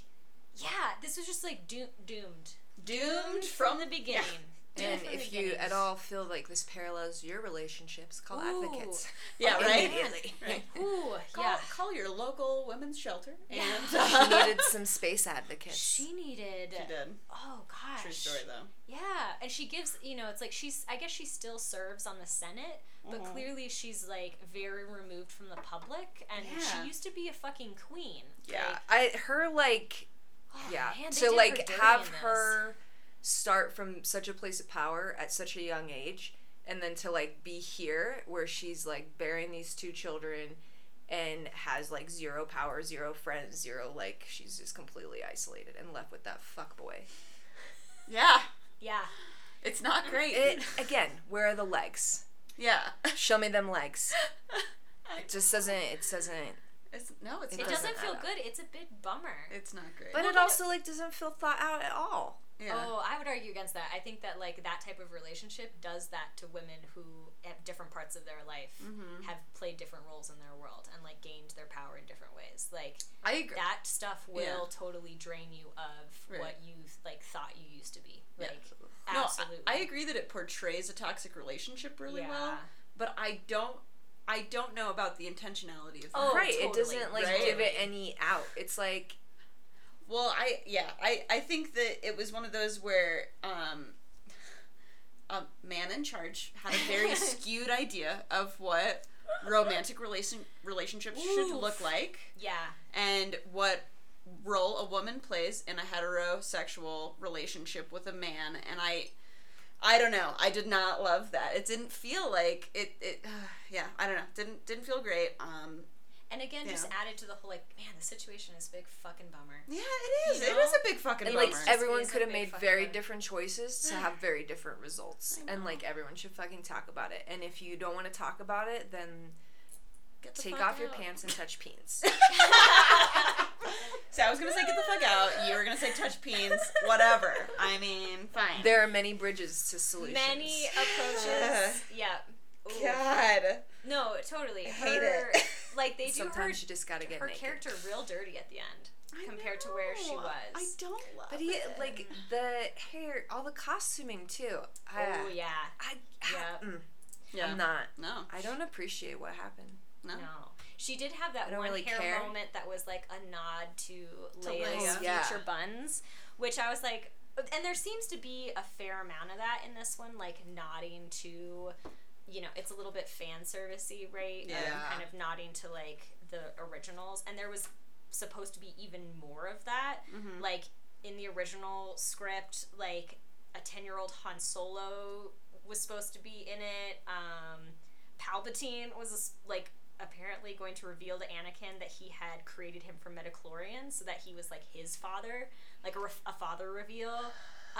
[SPEAKER 2] yeah this was just like doom, doomed
[SPEAKER 5] Doomed
[SPEAKER 2] from the beginning Doomed
[SPEAKER 4] And
[SPEAKER 2] from the
[SPEAKER 4] if you
[SPEAKER 2] beginning.
[SPEAKER 4] at all feel like this parallels your relationships, call
[SPEAKER 2] Ooh.
[SPEAKER 4] advocates.
[SPEAKER 5] Yeah, right?
[SPEAKER 4] Immediately.
[SPEAKER 5] Right.
[SPEAKER 2] ooh
[SPEAKER 5] Call,
[SPEAKER 2] yeah
[SPEAKER 5] call your local women's shelter. And
[SPEAKER 2] Yeah.
[SPEAKER 4] she needed some space advocates.
[SPEAKER 2] Uh-huh. she needed
[SPEAKER 5] She did.
[SPEAKER 2] oh gosh
[SPEAKER 5] True story though.
[SPEAKER 2] yeah and she gives you know it's like she's i guess she still serves on the senate but
[SPEAKER 4] Mm-hmm.
[SPEAKER 2] clearly she's like very removed from the public and
[SPEAKER 5] Yeah.
[SPEAKER 2] she used to be a fucking queen
[SPEAKER 4] yeah.
[SPEAKER 2] Like,
[SPEAKER 4] I her like
[SPEAKER 2] oh,
[SPEAKER 4] yeah.
[SPEAKER 2] man, they
[SPEAKER 4] to
[SPEAKER 2] did her
[SPEAKER 4] like
[SPEAKER 2] dirty
[SPEAKER 4] have
[SPEAKER 2] in this.
[SPEAKER 4] her start from such a place of power at such a young age and then to like be here where she's like bearing these two children and has like zero power, zero friends, zero like she's just completely isolated and left with that fuck boy.
[SPEAKER 5] Yeah.
[SPEAKER 2] yeah
[SPEAKER 5] It's not great.
[SPEAKER 4] It again, where are the legs?
[SPEAKER 5] yeah.
[SPEAKER 4] Show me them legs. It just doesn't it doesn't
[SPEAKER 5] It's, no, it's
[SPEAKER 4] It
[SPEAKER 2] it
[SPEAKER 5] not.
[SPEAKER 2] doesn't
[SPEAKER 4] doesn't
[SPEAKER 2] feel
[SPEAKER 4] add up.
[SPEAKER 2] good it's a big bummer
[SPEAKER 5] It's not great.
[SPEAKER 4] But it
[SPEAKER 2] but-
[SPEAKER 4] also like doesn't feel thought out at all.
[SPEAKER 5] yeah.
[SPEAKER 2] Oh, I would argue against that. I think that like that type of relationship does that to women who at different parts of their life
[SPEAKER 5] oh, mm-hmm.
[SPEAKER 2] have played different roles in their world and like gained their power in different ways. Like
[SPEAKER 5] I agree.
[SPEAKER 2] that stuff will
[SPEAKER 5] Yeah.
[SPEAKER 2] totally drain you of
[SPEAKER 5] Right.
[SPEAKER 2] what you like thought you used to be.
[SPEAKER 5] Yeah.
[SPEAKER 2] Like
[SPEAKER 5] No, I-
[SPEAKER 2] absolutely.
[SPEAKER 5] I, agree that it portrays a toxic relationship really
[SPEAKER 2] yeah.
[SPEAKER 5] well, but I don't I don't know about the intentionality of that.
[SPEAKER 2] Oh,
[SPEAKER 4] right. It
[SPEAKER 2] totally,
[SPEAKER 4] doesn't like
[SPEAKER 5] right?
[SPEAKER 4] give it any out. It's like
[SPEAKER 5] Well, I yeah, I I think that it was one of those where um a man in charge had a very skewed idea of what romantic relation relationships should
[SPEAKER 2] Oof.
[SPEAKER 5] look like
[SPEAKER 2] Yeah.
[SPEAKER 5] and what role a woman plays in a heterosexual relationship with a man and I I don't know. I did not love that. It didn't feel like it it yeah, I don't know. Didn't didn't feel great. Um
[SPEAKER 2] And again, just
[SPEAKER 5] Yeah.
[SPEAKER 2] added to the whole like, man, the situation is a big fucking bummer.
[SPEAKER 5] yeah, it is.
[SPEAKER 2] You
[SPEAKER 5] It
[SPEAKER 2] know?
[SPEAKER 5] is a big fucking
[SPEAKER 4] and
[SPEAKER 5] bummer.
[SPEAKER 4] like everyone
[SPEAKER 2] is a
[SPEAKER 4] could have
[SPEAKER 2] big
[SPEAKER 4] made
[SPEAKER 2] fucking
[SPEAKER 4] very
[SPEAKER 2] bummer.
[SPEAKER 4] different choices to have very different results
[SPEAKER 5] I
[SPEAKER 4] and
[SPEAKER 5] know.
[SPEAKER 4] like everyone should fucking talk about it and if you don't want to talk about it then
[SPEAKER 5] Get the
[SPEAKER 4] take
[SPEAKER 5] fuck
[SPEAKER 4] off your
[SPEAKER 5] out.
[SPEAKER 4] pants and touch peens
[SPEAKER 5] So I was gonna say get the fuck out. You were gonna say touch peens. Whatever. I mean, fine.
[SPEAKER 4] there are many bridges to solutions
[SPEAKER 2] Many approaches. yeah. Ooh.
[SPEAKER 5] God.
[SPEAKER 2] No, totally.
[SPEAKER 4] I
[SPEAKER 2] Her,
[SPEAKER 4] hate it.
[SPEAKER 2] Like they do her,
[SPEAKER 4] Sometimes you just gotta get
[SPEAKER 2] her
[SPEAKER 4] naked.
[SPEAKER 2] character real dirty at the end compared to where she
[SPEAKER 5] know.
[SPEAKER 2] was.
[SPEAKER 5] I don't love
[SPEAKER 4] But he,
[SPEAKER 5] it.
[SPEAKER 4] like the hair, all the costuming too. I,
[SPEAKER 2] oh yeah.
[SPEAKER 4] I,
[SPEAKER 2] Yeah.
[SPEAKER 4] mm,
[SPEAKER 5] yeah.
[SPEAKER 4] I'm not.
[SPEAKER 5] no.
[SPEAKER 4] I don't appreciate what happened.
[SPEAKER 5] No.
[SPEAKER 2] No. She did have
[SPEAKER 4] I
[SPEAKER 2] that
[SPEAKER 4] don't
[SPEAKER 2] one
[SPEAKER 4] really
[SPEAKER 2] hair
[SPEAKER 4] care.
[SPEAKER 2] moment that was like a nod to
[SPEAKER 5] To
[SPEAKER 2] Leia's
[SPEAKER 5] Leia.
[SPEAKER 4] Yeah.
[SPEAKER 2] future buns, which I was like, and there seems to be a fair amount of that in this one, like nodding to, you know, it's a little bit fan servicey, right? Um,
[SPEAKER 5] Yeah.
[SPEAKER 2] kind of nodding to like the originals, and there was supposed to be even more of that,
[SPEAKER 5] Mhm.
[SPEAKER 2] like in the original script, like a ten-year-old Han Solo was supposed to be in it. Um, Palpatine was s- like apparently going to reveal to Anakin that he had created him from midichlorians so that he was like his father, like a, ref- a father reveal. Um,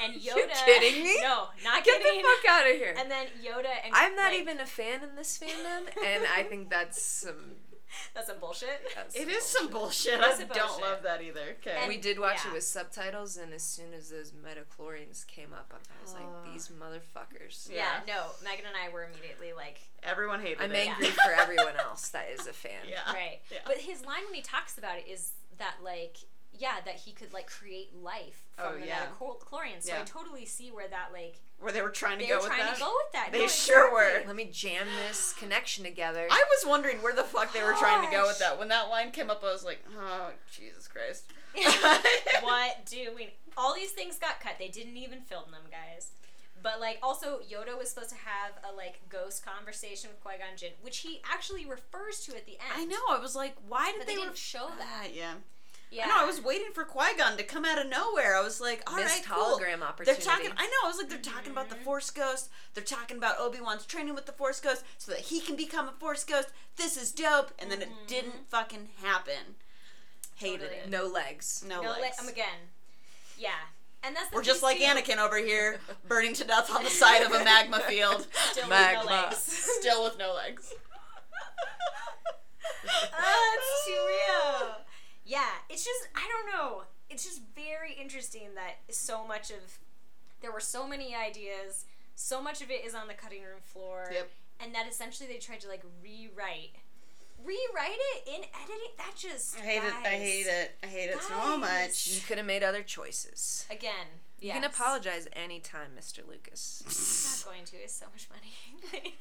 [SPEAKER 2] and
[SPEAKER 4] You
[SPEAKER 2] Yoda.
[SPEAKER 4] kidding me?
[SPEAKER 2] No, not
[SPEAKER 4] Get
[SPEAKER 2] kidding.
[SPEAKER 4] the fuck out of here.
[SPEAKER 2] And then Yoda and
[SPEAKER 4] I'm not
[SPEAKER 2] like,
[SPEAKER 4] even a fan in this fandom, and I think that's some.
[SPEAKER 2] That's some bullshit.
[SPEAKER 4] That's
[SPEAKER 5] It is some bullshit.
[SPEAKER 2] It is
[SPEAKER 5] I
[SPEAKER 2] some
[SPEAKER 5] don't
[SPEAKER 2] bullshit.
[SPEAKER 5] love that either. Okay.
[SPEAKER 2] And-
[SPEAKER 4] We did watch
[SPEAKER 2] yeah.
[SPEAKER 4] it with subtitles, and as soon as those metachlorians came up, I was like, these motherfuckers.
[SPEAKER 2] Yeah.
[SPEAKER 5] Yeah.
[SPEAKER 2] No, Megan and I were immediately like,
[SPEAKER 5] Everyone hated
[SPEAKER 4] I'm
[SPEAKER 5] it.
[SPEAKER 4] angry for everyone else that is a fan.
[SPEAKER 5] Yeah.
[SPEAKER 2] right.
[SPEAKER 5] Yeah.
[SPEAKER 2] But his line when he talks about it is that like, yeah, that he could like create life from
[SPEAKER 5] Oh,
[SPEAKER 2] the
[SPEAKER 5] yeah.
[SPEAKER 2] metachlorians. So I
[SPEAKER 5] Yeah.
[SPEAKER 2] totally see where that like
[SPEAKER 5] Where they were trying to
[SPEAKER 2] they
[SPEAKER 5] go
[SPEAKER 2] were
[SPEAKER 5] with
[SPEAKER 2] trying
[SPEAKER 5] that.
[SPEAKER 2] to go with that.
[SPEAKER 5] They
[SPEAKER 2] No,
[SPEAKER 5] sure were.
[SPEAKER 2] exactly.
[SPEAKER 4] Let me jam this connection together.
[SPEAKER 5] I was wondering where the fuck they were trying to go
[SPEAKER 2] Gosh.
[SPEAKER 5] with that. When that line came up, I was like, oh, Jesus Christ.
[SPEAKER 2] what do we all these things got cut they didn't even film them guys but like also yoda was supposed to have a like ghost conversation with qui-gon jinn which he actually refers to at the end
[SPEAKER 5] I know. I was like, why did
[SPEAKER 2] but they,
[SPEAKER 5] they,
[SPEAKER 2] didn't
[SPEAKER 5] ref-
[SPEAKER 2] show that
[SPEAKER 5] Ah, yeah.
[SPEAKER 2] yeah
[SPEAKER 5] I know. I was waiting for Qui Gon to come out of nowhere. I was like, all right,
[SPEAKER 4] Missed
[SPEAKER 5] cool.
[SPEAKER 4] hologram
[SPEAKER 5] They're
[SPEAKER 4] opportunity.
[SPEAKER 5] talking. I know. I was like, they're talking about
[SPEAKER 2] Mm-hmm.
[SPEAKER 5] the Force Ghost. They're talking about Obi Wan's training with the Force Ghost so that he can become a Force Ghost. This is dope. And then it
[SPEAKER 2] Mm-hmm.
[SPEAKER 5] didn't fucking happen. Hated
[SPEAKER 2] Totally.
[SPEAKER 5] it.
[SPEAKER 4] no legs.
[SPEAKER 5] No,
[SPEAKER 2] no
[SPEAKER 5] legs.
[SPEAKER 2] like um, again yeah and that's the
[SPEAKER 5] We're just
[SPEAKER 2] thing,
[SPEAKER 5] like
[SPEAKER 2] too.
[SPEAKER 5] Anakin over here, burning to death on the side of a magma field,
[SPEAKER 2] Still with
[SPEAKER 4] Magma.
[SPEAKER 2] no legs.
[SPEAKER 5] still with no legs.
[SPEAKER 2] oh, it's too real. Yeah, it's just I don't know. It's just very interesting that so much of there were so many ideas, so much of it is on the cutting room floor,
[SPEAKER 5] Yep.
[SPEAKER 2] and that essentially they tried to like rewrite, rewrite it in editing. That just
[SPEAKER 5] I hate it. I
[SPEAKER 2] guys,
[SPEAKER 5] hate it. I hate it so
[SPEAKER 4] You
[SPEAKER 5] much.
[SPEAKER 4] could have made other choices.
[SPEAKER 2] again.
[SPEAKER 4] You
[SPEAKER 2] yes.
[SPEAKER 4] can apologize anytime, Mr. Lucas.
[SPEAKER 2] I'm not going to. It's so much money.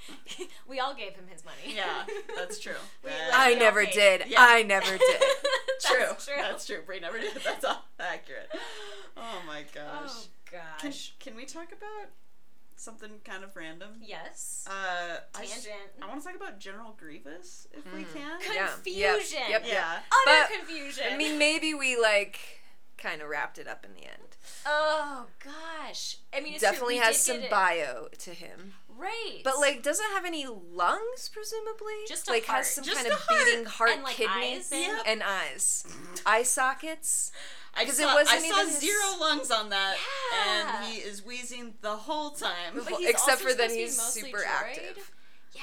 [SPEAKER 2] we all gave him his money.
[SPEAKER 5] yeah, that's true.
[SPEAKER 2] We
[SPEAKER 5] That-
[SPEAKER 2] love
[SPEAKER 4] I
[SPEAKER 2] Okay.
[SPEAKER 4] never did.
[SPEAKER 5] Yeah.
[SPEAKER 4] I never did.
[SPEAKER 2] That's
[SPEAKER 5] true.
[SPEAKER 2] True.
[SPEAKER 5] That's true. Brie never did. That's all accurate. Oh my gosh.
[SPEAKER 2] oh
[SPEAKER 5] Can,
[SPEAKER 2] gosh.
[SPEAKER 5] can we talk about something kind of random?
[SPEAKER 2] yes.
[SPEAKER 5] Uh, I, s-
[SPEAKER 2] Tangent.
[SPEAKER 5] I want to talk about General Grievous if we
[SPEAKER 2] Mm.
[SPEAKER 4] Hmm.
[SPEAKER 5] can.
[SPEAKER 4] Yeah.
[SPEAKER 2] Confusion.
[SPEAKER 4] Yep. Yep.
[SPEAKER 5] Yeah.
[SPEAKER 2] Utter
[SPEAKER 4] But,
[SPEAKER 2] confusion.
[SPEAKER 4] I mean, maybe we like kind of wrapped it up in the end.
[SPEAKER 2] oh gosh. I mean, it's true,
[SPEAKER 4] Definitely
[SPEAKER 2] we
[SPEAKER 4] has
[SPEAKER 2] did
[SPEAKER 4] some
[SPEAKER 2] get it
[SPEAKER 4] bio to him,
[SPEAKER 2] Right.
[SPEAKER 4] but like doesn't have any lungs, presumably.
[SPEAKER 2] Just a
[SPEAKER 4] like
[SPEAKER 2] heart.
[SPEAKER 4] has some
[SPEAKER 5] Just
[SPEAKER 4] kind
[SPEAKER 5] a
[SPEAKER 4] of
[SPEAKER 5] heart.
[SPEAKER 4] beating heart,
[SPEAKER 2] And, like,
[SPEAKER 4] kidney,
[SPEAKER 2] eyes and-
[SPEAKER 5] Yep.
[SPEAKER 4] and eyes, eye sockets.
[SPEAKER 5] I
[SPEAKER 4] 'Cause it
[SPEAKER 5] saw-
[SPEAKER 4] wasn't
[SPEAKER 5] I saw
[SPEAKER 4] even his-
[SPEAKER 5] zero lungs on that,
[SPEAKER 2] Yeah.
[SPEAKER 5] and he is wheezing the whole time.
[SPEAKER 2] But he's
[SPEAKER 4] Except
[SPEAKER 2] also
[SPEAKER 4] for
[SPEAKER 2] supposed
[SPEAKER 4] then
[SPEAKER 2] to be
[SPEAKER 4] he's
[SPEAKER 2] mostly
[SPEAKER 4] super
[SPEAKER 2] droid.
[SPEAKER 4] active.
[SPEAKER 2] yeah.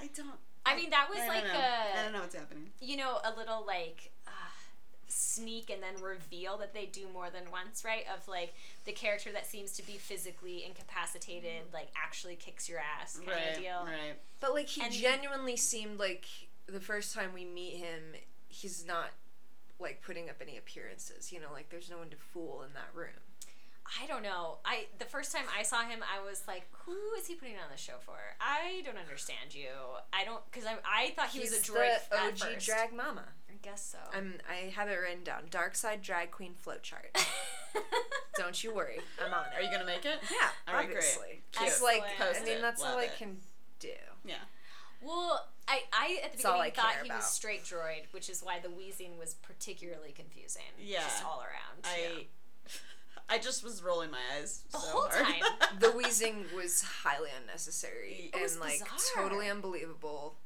[SPEAKER 5] I don't.
[SPEAKER 2] I mean, that was
[SPEAKER 5] I don't
[SPEAKER 2] like
[SPEAKER 5] know. I
[SPEAKER 2] a
[SPEAKER 5] don't know what's happening.
[SPEAKER 2] you know a little like. Uh, sneak and then reveal that they do more than once right of like the character that seems to be physically incapacitated like actually kicks your ass kind
[SPEAKER 5] Right.
[SPEAKER 2] of deal
[SPEAKER 5] Right.
[SPEAKER 4] But like he
[SPEAKER 2] And-
[SPEAKER 4] genuinely seemed like the first time we meet him, he's not like putting up any appearances. You know, like there's no one to fool in that room.
[SPEAKER 2] I don't know. I the first time I saw him, I was like, "Who is he putting on the show for?" I don't understand you. I don't because I, I thought Uh, he was
[SPEAKER 4] He's
[SPEAKER 2] a droid
[SPEAKER 4] the
[SPEAKER 2] at
[SPEAKER 4] OG
[SPEAKER 2] first. Oh.
[SPEAKER 4] drag mama.
[SPEAKER 2] I guess so.
[SPEAKER 4] I'm I have it written down. Dark side drag queen flowchart. Don't you worry, I'm on
[SPEAKER 5] Are
[SPEAKER 4] it.
[SPEAKER 5] you gonna make it?
[SPEAKER 4] Yeah,
[SPEAKER 5] All right, great.
[SPEAKER 4] obviously.
[SPEAKER 5] Cute.
[SPEAKER 4] It's like
[SPEAKER 2] Post
[SPEAKER 4] I mean
[SPEAKER 5] it.
[SPEAKER 4] that's all
[SPEAKER 5] Love
[SPEAKER 4] I
[SPEAKER 5] it.
[SPEAKER 4] can do.
[SPEAKER 2] well, I, I at the
[SPEAKER 4] It's all
[SPEAKER 2] beginning
[SPEAKER 4] I
[SPEAKER 2] thought
[SPEAKER 4] care
[SPEAKER 2] he
[SPEAKER 4] about.
[SPEAKER 2] was straight droid, which is why the wheezing was particularly confusing.
[SPEAKER 5] Yeah.
[SPEAKER 2] just all around.
[SPEAKER 5] I. I just was rolling my eyes
[SPEAKER 2] The
[SPEAKER 5] so
[SPEAKER 2] whole
[SPEAKER 5] hard.
[SPEAKER 2] time.
[SPEAKER 4] The wheezing was highly unnecessary
[SPEAKER 5] It
[SPEAKER 4] and
[SPEAKER 2] was
[SPEAKER 4] like
[SPEAKER 2] bizarre.
[SPEAKER 4] totally unbelievable.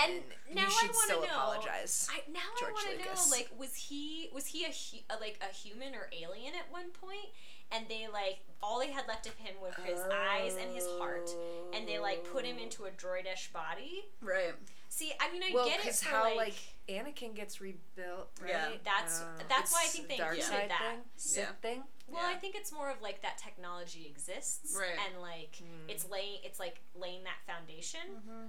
[SPEAKER 4] And,
[SPEAKER 2] And now I
[SPEAKER 4] you should
[SPEAKER 2] wanna
[SPEAKER 4] still
[SPEAKER 2] know-
[SPEAKER 4] apologize.
[SPEAKER 2] I now I
[SPEAKER 4] George
[SPEAKER 2] want to know
[SPEAKER 4] Lucas.
[SPEAKER 2] like was he was he a, hu- a like a human or alien at one point and they like all they had left of him were his eyes and his heart and they like put him into a droidish body.
[SPEAKER 5] Right.
[SPEAKER 2] See, I mean I
[SPEAKER 4] Well,
[SPEAKER 2] get it
[SPEAKER 4] because
[SPEAKER 2] for
[SPEAKER 4] how
[SPEAKER 2] like,
[SPEAKER 4] like Anakin gets rebuilt, right? Uh,
[SPEAKER 5] Yeah.
[SPEAKER 2] That's- that's why I think they
[SPEAKER 4] dark
[SPEAKER 5] included
[SPEAKER 4] side
[SPEAKER 2] that.
[SPEAKER 4] thing, Sith
[SPEAKER 5] Yeah.
[SPEAKER 4] thing.
[SPEAKER 2] Well, I
[SPEAKER 5] Yeah.
[SPEAKER 2] think it's more of like that technology exists,
[SPEAKER 5] Right.
[SPEAKER 2] and like
[SPEAKER 4] Mm.
[SPEAKER 2] it's laying, it's like laying that foundation.
[SPEAKER 5] Mm-hmm.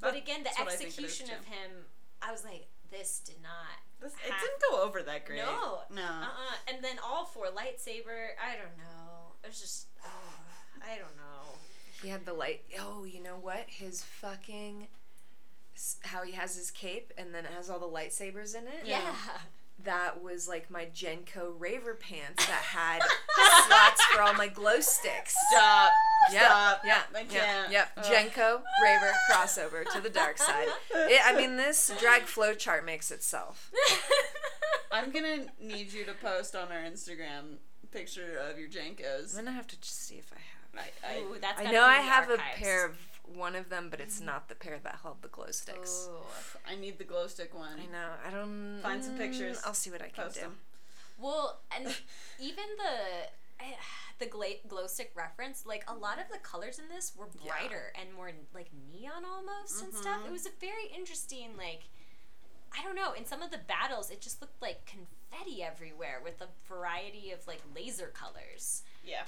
[SPEAKER 2] But
[SPEAKER 5] Mm, That-
[SPEAKER 2] again,
[SPEAKER 5] that's
[SPEAKER 2] the
[SPEAKER 5] what I think it is,
[SPEAKER 2] execution of
[SPEAKER 5] too.
[SPEAKER 2] him, I was like, this did not.
[SPEAKER 5] This, it
[SPEAKER 2] Ha-
[SPEAKER 5] didn't go over that great.
[SPEAKER 2] No.
[SPEAKER 5] No. Uh-uh.
[SPEAKER 2] Uh uh And then all four lightsaber. I don't know. It was just. Oh, I don't know.
[SPEAKER 4] He had the light. Oh, you know what? His fucking s- how he has his cape and then it has all the lightsabers in it.
[SPEAKER 5] Yeah.
[SPEAKER 4] That was like my Genko raver pants that had slots for all my glow sticks.
[SPEAKER 5] Stop.
[SPEAKER 4] Yeah,
[SPEAKER 5] Stop.
[SPEAKER 4] yeah,
[SPEAKER 5] I
[SPEAKER 4] yeah,
[SPEAKER 5] can't.
[SPEAKER 4] yeah.
[SPEAKER 5] Ugh.
[SPEAKER 4] Genko raver crossover to the dark side. It, I mean, this drag flow chart makes itself.
[SPEAKER 5] I'm gonna need you to post on our Instagram picture of your Jankos.
[SPEAKER 4] I'm gonna have to just see if I have.
[SPEAKER 5] I, I,
[SPEAKER 2] Ooh, that's
[SPEAKER 4] I
[SPEAKER 2] gotta
[SPEAKER 4] know
[SPEAKER 2] be
[SPEAKER 4] I
[SPEAKER 2] in the
[SPEAKER 4] have
[SPEAKER 2] archives.
[SPEAKER 4] a pair of one of them, but it's not the pair that held the glow sticks.
[SPEAKER 2] Ooh.
[SPEAKER 5] I need the glow stick one.
[SPEAKER 4] I know. I don't. mm,
[SPEAKER 5] Find some pictures.
[SPEAKER 4] I'll see what I can
[SPEAKER 5] Post
[SPEAKER 4] do.
[SPEAKER 5] them.
[SPEAKER 2] Well, and even the I- the gla- glow stick reference, like a lot of the colors in this were
[SPEAKER 4] Yeah. Mm-hmm.
[SPEAKER 2] brighter and more like neon almost and stuff. It was a very interesting like I don't know. In some of the battles, it just looked like confetti everywhere with a variety of like laser colors,
[SPEAKER 5] Yeah.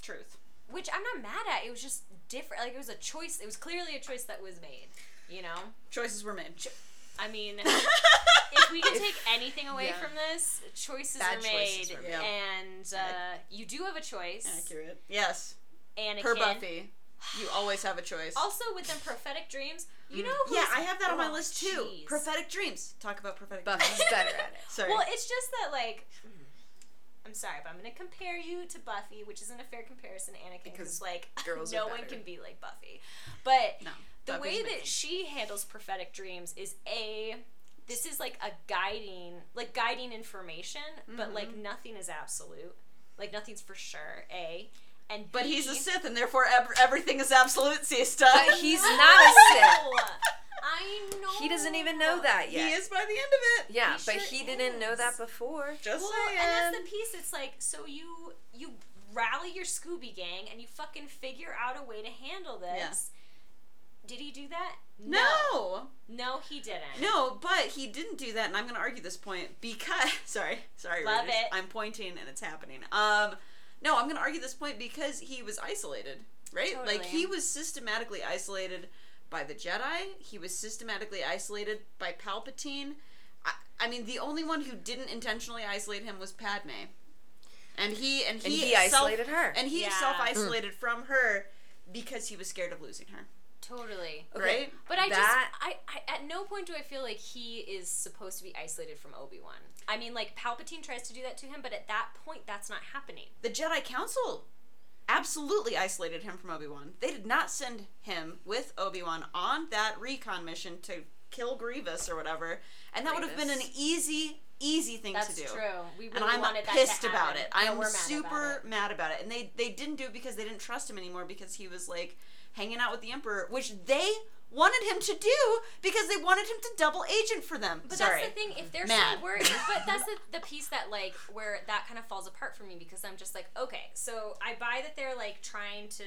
[SPEAKER 5] Truth.
[SPEAKER 2] which I'm not mad at. It was just different. Like it was a choice. It was clearly a choice that was made. You know,
[SPEAKER 5] Choices were made.
[SPEAKER 2] I mean, if we can take anything away
[SPEAKER 4] yeah.
[SPEAKER 2] from this, choices
[SPEAKER 4] Bad
[SPEAKER 2] are made,
[SPEAKER 4] choices were
[SPEAKER 5] made. Yeah.
[SPEAKER 2] and uh, you do have a choice.
[SPEAKER 5] Accurate. Yes.
[SPEAKER 2] Anakin.
[SPEAKER 5] Per Buffy, you always have a choice.
[SPEAKER 2] Also, with them prophetic dreams,
[SPEAKER 4] Mm.
[SPEAKER 2] you know who's
[SPEAKER 5] yeah, I have that on my
[SPEAKER 2] oh,
[SPEAKER 5] list too.
[SPEAKER 2] jeez.
[SPEAKER 5] Prophetic dreams. Talk about prophetic
[SPEAKER 4] Buffy's
[SPEAKER 5] dreams.
[SPEAKER 4] better at it.
[SPEAKER 5] Sorry.
[SPEAKER 2] Well, it's just that like. I'm sorry, but I'm gonna compare you to Buffy, which isn't a fair comparison, Anakin, because
[SPEAKER 4] Because
[SPEAKER 2] like
[SPEAKER 4] girls are
[SPEAKER 2] no one
[SPEAKER 4] better.
[SPEAKER 2] can be like Buffy. But
[SPEAKER 5] no.
[SPEAKER 2] the
[SPEAKER 5] Buffy's
[SPEAKER 2] way
[SPEAKER 5] amazing.
[SPEAKER 2] that she handles prophetic dreams is a this is like a guiding like guiding information but like
[SPEAKER 4] Mm-hmm.
[SPEAKER 2] nothing is absolute like nothing's for sure a and
[SPEAKER 5] But
[SPEAKER 2] B,
[SPEAKER 5] he's a Sith, and therefore ev- everything is absolute, Sista.
[SPEAKER 4] But he's not a Sith.
[SPEAKER 2] No! i know
[SPEAKER 4] He doesn't even know that yet.
[SPEAKER 5] He is by the end of it.
[SPEAKER 4] Yeah,
[SPEAKER 2] He
[SPEAKER 4] but
[SPEAKER 2] sure
[SPEAKER 4] he didn't know
[SPEAKER 2] is.
[SPEAKER 4] that before.
[SPEAKER 5] Just
[SPEAKER 2] well
[SPEAKER 5] saying.
[SPEAKER 2] and that's the piece it's like so you you rally your scooby gang and you fucking figure out a way to handle this did he do that
[SPEAKER 5] no.
[SPEAKER 2] no he didn't
[SPEAKER 5] No, but he didn't do that, and I'm going to argue this point because sorry, sorry,
[SPEAKER 2] Love
[SPEAKER 5] readers.
[SPEAKER 2] it.
[SPEAKER 5] I'm pointing and it's happening. Um, no, I'm going to argue this point because he was isolated, right? Like
[SPEAKER 2] Totally.
[SPEAKER 5] he was systematically isolated by the Jedi. He was systematically isolated by Palpatine. I, I mean, the only one who didn't intentionally isolate him was Padme, and he and he,
[SPEAKER 4] And he,
[SPEAKER 5] self-
[SPEAKER 4] isolated her.
[SPEAKER 5] and he
[SPEAKER 2] Yeah.
[SPEAKER 5] self isolated from her because he was scared of losing her,
[SPEAKER 2] totally
[SPEAKER 4] Okay.
[SPEAKER 5] right?
[SPEAKER 2] But I
[SPEAKER 4] That-
[SPEAKER 2] just, I, I, at no point do I feel like he is supposed to be isolated from Obi Wan. I mean, like Palpatine tries to do that to him, but at that point, that's not happening.
[SPEAKER 5] the Jedi Council absolutely isolated him from Obi Wan. They did not send him with Obi Wan on that recon mission to kill Grievous or whatever, and that would have been an
[SPEAKER 4] Grievous.
[SPEAKER 5] easy, easy thing
[SPEAKER 2] That's
[SPEAKER 5] to do.
[SPEAKER 2] true. We really
[SPEAKER 5] And I'm
[SPEAKER 2] wanted that
[SPEAKER 5] pissed
[SPEAKER 2] to
[SPEAKER 5] about
[SPEAKER 2] happen.
[SPEAKER 5] it.
[SPEAKER 2] Yeah,
[SPEAKER 5] I'm
[SPEAKER 2] we're mad
[SPEAKER 5] super
[SPEAKER 2] About it.
[SPEAKER 5] mad about it. And they they didn't do it because they didn't trust him anymore because he was like hanging out with the Emperor, which they wanted him to do because they wanted him to double agent for them.
[SPEAKER 2] But
[SPEAKER 5] Sorry.
[SPEAKER 2] that's the thing. If they're
[SPEAKER 5] Mad.
[SPEAKER 2] so worried, but that's the, the piece that like where that kind of falls apart for me because I'm just like, okay, so I buy that they're like trying to,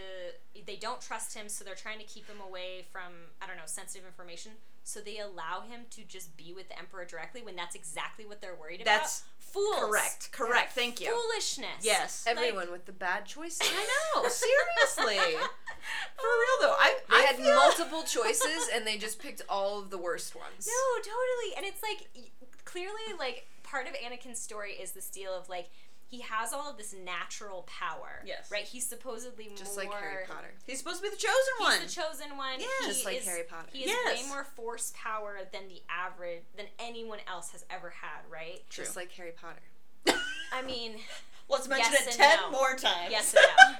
[SPEAKER 2] they don't trust him, so they're trying to keep him away from I don't know sensitive information. So they allow him to just be with the emperor directly when that's exactly what they're worried about.
[SPEAKER 5] That's
[SPEAKER 2] fools.
[SPEAKER 5] Correct. Correct. Thank you.
[SPEAKER 2] Foolishness.
[SPEAKER 5] Yes.
[SPEAKER 4] Everyone with the bad choices.
[SPEAKER 5] I know. Oh, Seriously. For real though, I
[SPEAKER 4] They
[SPEAKER 5] I
[SPEAKER 4] had
[SPEAKER 5] feel-
[SPEAKER 4] multiple choices and they just picked all of the worst ones.
[SPEAKER 2] No, totally. And it's like y- clearly like part of Anakin's story is this deal of like he has all of this natural power.
[SPEAKER 5] Yes.
[SPEAKER 2] Right? He's supposedly
[SPEAKER 4] Just
[SPEAKER 2] more
[SPEAKER 4] like Harry Potter.
[SPEAKER 5] He's supposed to be the chosen one.
[SPEAKER 2] He's the chosen one.
[SPEAKER 5] Yeah.
[SPEAKER 2] He
[SPEAKER 4] Just like
[SPEAKER 2] is-
[SPEAKER 4] Harry Potter.
[SPEAKER 2] He has
[SPEAKER 5] Yes.
[SPEAKER 2] way more force power than the average than anyone else has ever had, right?
[SPEAKER 4] Just like Harry Potter.
[SPEAKER 2] I mean,
[SPEAKER 5] Let's mention
[SPEAKER 2] Yes
[SPEAKER 5] it
[SPEAKER 2] and
[SPEAKER 5] ten
[SPEAKER 2] no.
[SPEAKER 5] more times.
[SPEAKER 2] Yes and no.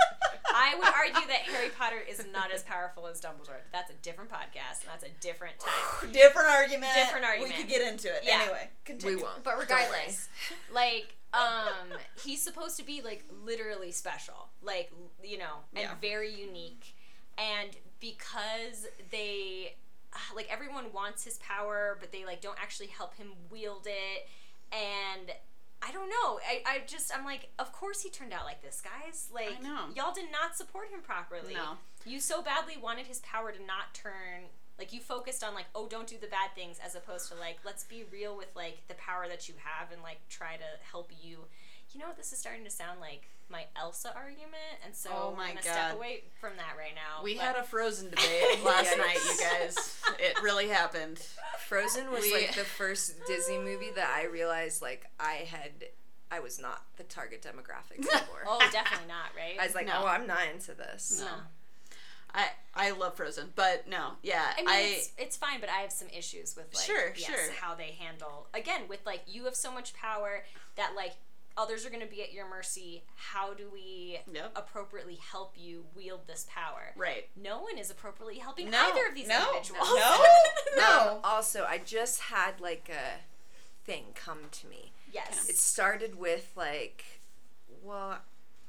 [SPEAKER 2] I would argue that Harry Potter is not as powerful as Dumbledore. That's a different podcast. and That's a different time.
[SPEAKER 5] different argument.
[SPEAKER 2] Different argument.
[SPEAKER 5] We could get into it.
[SPEAKER 2] Yeah.
[SPEAKER 5] Anyway,
[SPEAKER 4] We
[SPEAKER 5] continue.
[SPEAKER 4] won't.
[SPEAKER 2] But
[SPEAKER 4] Don't worry.
[SPEAKER 2] regardless, like um he's supposed to be like literally special, like l- you know, and
[SPEAKER 5] Yeah.
[SPEAKER 2] very unique. And because they ah, like everyone wants his power, but they like don't actually help him wield it and I don't know. I, I just I'm like, of course he turned out like this, guys. Like
[SPEAKER 5] know.
[SPEAKER 2] y'all did not support him properly.
[SPEAKER 5] No.
[SPEAKER 2] You so badly wanted his power to not turn Like you focused on like, oh, don't do the bad things, as opposed to like, let's be real with like the power that you have and like try to help you. You know what? This is starting to sound like my Elsa argument, and so
[SPEAKER 5] Oh
[SPEAKER 2] we're
[SPEAKER 5] my
[SPEAKER 2] gonna
[SPEAKER 5] God.
[SPEAKER 2] step away from that right now.
[SPEAKER 5] We
[SPEAKER 2] Oh, but-
[SPEAKER 5] had a Frozen debate last
[SPEAKER 4] Yikes.
[SPEAKER 5] night, you guys. It really happened.
[SPEAKER 4] Frozen was
[SPEAKER 5] We-
[SPEAKER 4] like the first Disney movie that I realized like I had I was not the target demographic anymore.
[SPEAKER 2] oh, definitely not, right?
[SPEAKER 4] I was like,
[SPEAKER 5] No.
[SPEAKER 4] oh, I'm not into this.
[SPEAKER 5] No. I I love Frozen, but no, yeah,
[SPEAKER 2] I mean,
[SPEAKER 5] I
[SPEAKER 2] it's, it's fine, but I have some issues with like
[SPEAKER 5] Sure,
[SPEAKER 2] yes,
[SPEAKER 5] sure.
[SPEAKER 2] how they handle again with like you have so much power that like others are going to be at your mercy. How do we
[SPEAKER 5] Yep.
[SPEAKER 2] appropriately help you wield this power?
[SPEAKER 5] right.
[SPEAKER 2] No one is appropriately helping
[SPEAKER 5] No,
[SPEAKER 2] either of these
[SPEAKER 5] no,
[SPEAKER 2] individuals.
[SPEAKER 5] no,
[SPEAKER 4] Um,
[SPEAKER 5] no.
[SPEAKER 4] also, I just had like a thing come to me.
[SPEAKER 2] yes.
[SPEAKER 4] It started with like, well,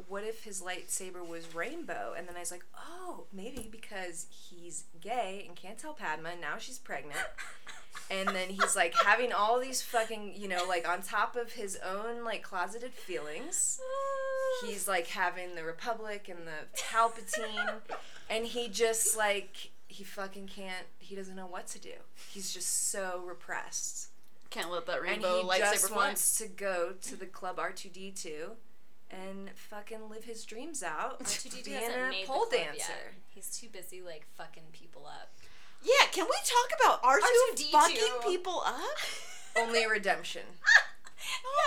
[SPEAKER 4] what if his lightsaber was rainbow? And then I was like, oh, maybe because he's gay and can't tell Padma, and now she's pregnant. And then he's like having all these fucking, you know, like on top of his own like closeted feelings. He's like having the Republic and the Palpatine, and he just like he fucking can't. He doesn't know what to do. He's just so repressed
[SPEAKER 5] Can't let that
[SPEAKER 4] and
[SPEAKER 5] rainbow
[SPEAKER 4] he
[SPEAKER 5] lightsaber
[SPEAKER 4] just
[SPEAKER 5] fly.
[SPEAKER 4] wants to go to the club R2D2 and fucking live his dreams out.
[SPEAKER 2] R2D2
[SPEAKER 4] being
[SPEAKER 2] hasn't
[SPEAKER 4] a
[SPEAKER 2] made the
[SPEAKER 4] pole
[SPEAKER 2] club yet.
[SPEAKER 4] dancer.
[SPEAKER 2] He's too busy like fucking people up.
[SPEAKER 5] Yeah, can we talk about R two
[SPEAKER 2] R2D2.
[SPEAKER 5] fucking people up?
[SPEAKER 4] Only redemption.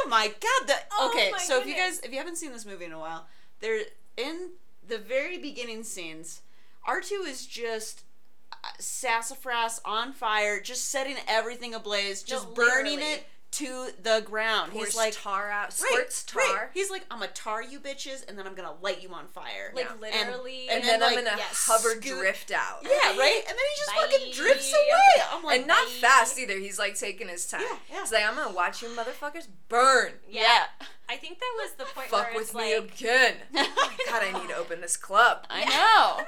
[SPEAKER 5] Oh my god! The,
[SPEAKER 2] Oh
[SPEAKER 5] okay,
[SPEAKER 2] my
[SPEAKER 5] so if you
[SPEAKER 2] goodness.
[SPEAKER 5] guys if you haven't seen this movie in a while, there in the very beginning scenes, R two is just uh, sassafras on fire, just setting everything ablaze, just burning
[SPEAKER 2] literally.
[SPEAKER 5] it to the ground.
[SPEAKER 4] Pours
[SPEAKER 5] He's like
[SPEAKER 4] tar out, squirts tar.
[SPEAKER 5] He's like, I'm gonna tar you bitches, and then I'm gonna light you on fire.
[SPEAKER 2] Like
[SPEAKER 4] Yeah. And-
[SPEAKER 2] literally,
[SPEAKER 4] And,
[SPEAKER 5] and
[SPEAKER 4] then,
[SPEAKER 5] then,
[SPEAKER 4] I'm
[SPEAKER 5] like,
[SPEAKER 4] gonna
[SPEAKER 2] yes,
[SPEAKER 4] hover
[SPEAKER 5] scoot-
[SPEAKER 4] drift out.
[SPEAKER 5] yeah, right. And then he just
[SPEAKER 2] Bye.
[SPEAKER 5] fucking drifts away. I'm like,
[SPEAKER 4] And not
[SPEAKER 2] Bye.
[SPEAKER 4] fast either. He's like taking his time.
[SPEAKER 5] Yeah, yeah.
[SPEAKER 4] He's like, I'm gonna watch you motherfuckers burn.
[SPEAKER 2] yeah. I think that was the point
[SPEAKER 4] Fuck
[SPEAKER 2] where
[SPEAKER 4] with
[SPEAKER 2] it's
[SPEAKER 4] me
[SPEAKER 2] like
[SPEAKER 4] again.
[SPEAKER 5] yeah.
[SPEAKER 4] God, I need to open this club.
[SPEAKER 5] I know.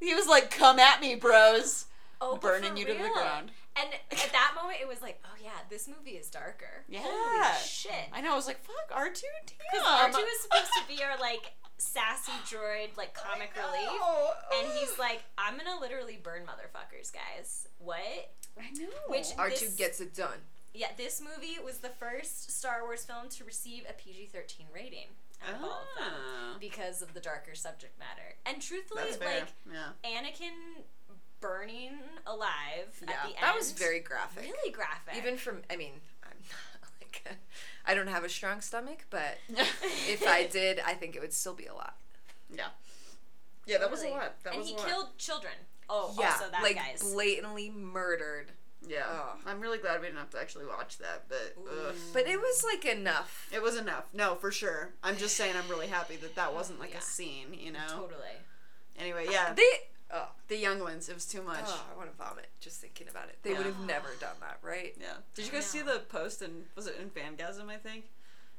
[SPEAKER 5] He was like, "Come at me, bros,"
[SPEAKER 2] oh, but
[SPEAKER 5] burning
[SPEAKER 2] for
[SPEAKER 5] you to the
[SPEAKER 2] real.
[SPEAKER 5] ground.
[SPEAKER 2] And at that moment, it was like, oh yeah, this movie is darker.
[SPEAKER 5] Yeah.
[SPEAKER 2] Holy shit.
[SPEAKER 5] I know. I was like, "Fuck, R two, damn."
[SPEAKER 2] Because R2 is supposed to be our like sassy droid, like comic relief. And he's like, I'm gonna literally burn motherfuckers, guys. What?
[SPEAKER 5] I know.
[SPEAKER 2] Which
[SPEAKER 4] R2
[SPEAKER 2] this-
[SPEAKER 4] gets it done.
[SPEAKER 2] Yeah, this movie was the first Star Wars film to receive a PG-13 rating out of all of them
[SPEAKER 5] Ah.
[SPEAKER 2] because of the darker subject matter. And truthfully,
[SPEAKER 5] That's fair.
[SPEAKER 2] like
[SPEAKER 5] yeah.
[SPEAKER 2] Anakin burning alive at
[SPEAKER 4] Yeah,
[SPEAKER 2] the end.
[SPEAKER 4] that was very graphic.
[SPEAKER 2] really graphic.
[SPEAKER 4] Even from, I mean, I'm not like, I don't have a strong stomach, but if I did, I think it would still be a lot.
[SPEAKER 5] yeah. Yeah, that was a
[SPEAKER 2] Totally.
[SPEAKER 5] lot. That
[SPEAKER 2] and
[SPEAKER 5] was
[SPEAKER 2] he
[SPEAKER 5] a lot.
[SPEAKER 2] killed children. Oh,
[SPEAKER 4] Yeah,
[SPEAKER 2] also that
[SPEAKER 4] like
[SPEAKER 2] guy's
[SPEAKER 4] blatantly murdered.
[SPEAKER 5] yeah.
[SPEAKER 4] Ugh.
[SPEAKER 5] I'm really glad we didn't have to actually watch that, but. ugh.
[SPEAKER 2] Ooh.
[SPEAKER 4] But it was like enough.
[SPEAKER 5] It was enough. No, for sure. I'm just saying I'm really happy that that wasn't like
[SPEAKER 2] Yeah.
[SPEAKER 5] a scene, you know?
[SPEAKER 2] totally.
[SPEAKER 5] Anyway, yeah.
[SPEAKER 4] They, oh,
[SPEAKER 5] the young ones, it was too much.
[SPEAKER 4] oh, I want to vomit just thinking about it. They would have
[SPEAKER 2] Yeah.
[SPEAKER 4] never done that, right?
[SPEAKER 5] Yeah. Did you guys see
[SPEAKER 2] No.
[SPEAKER 5] the post and was it in Fangasm, I think?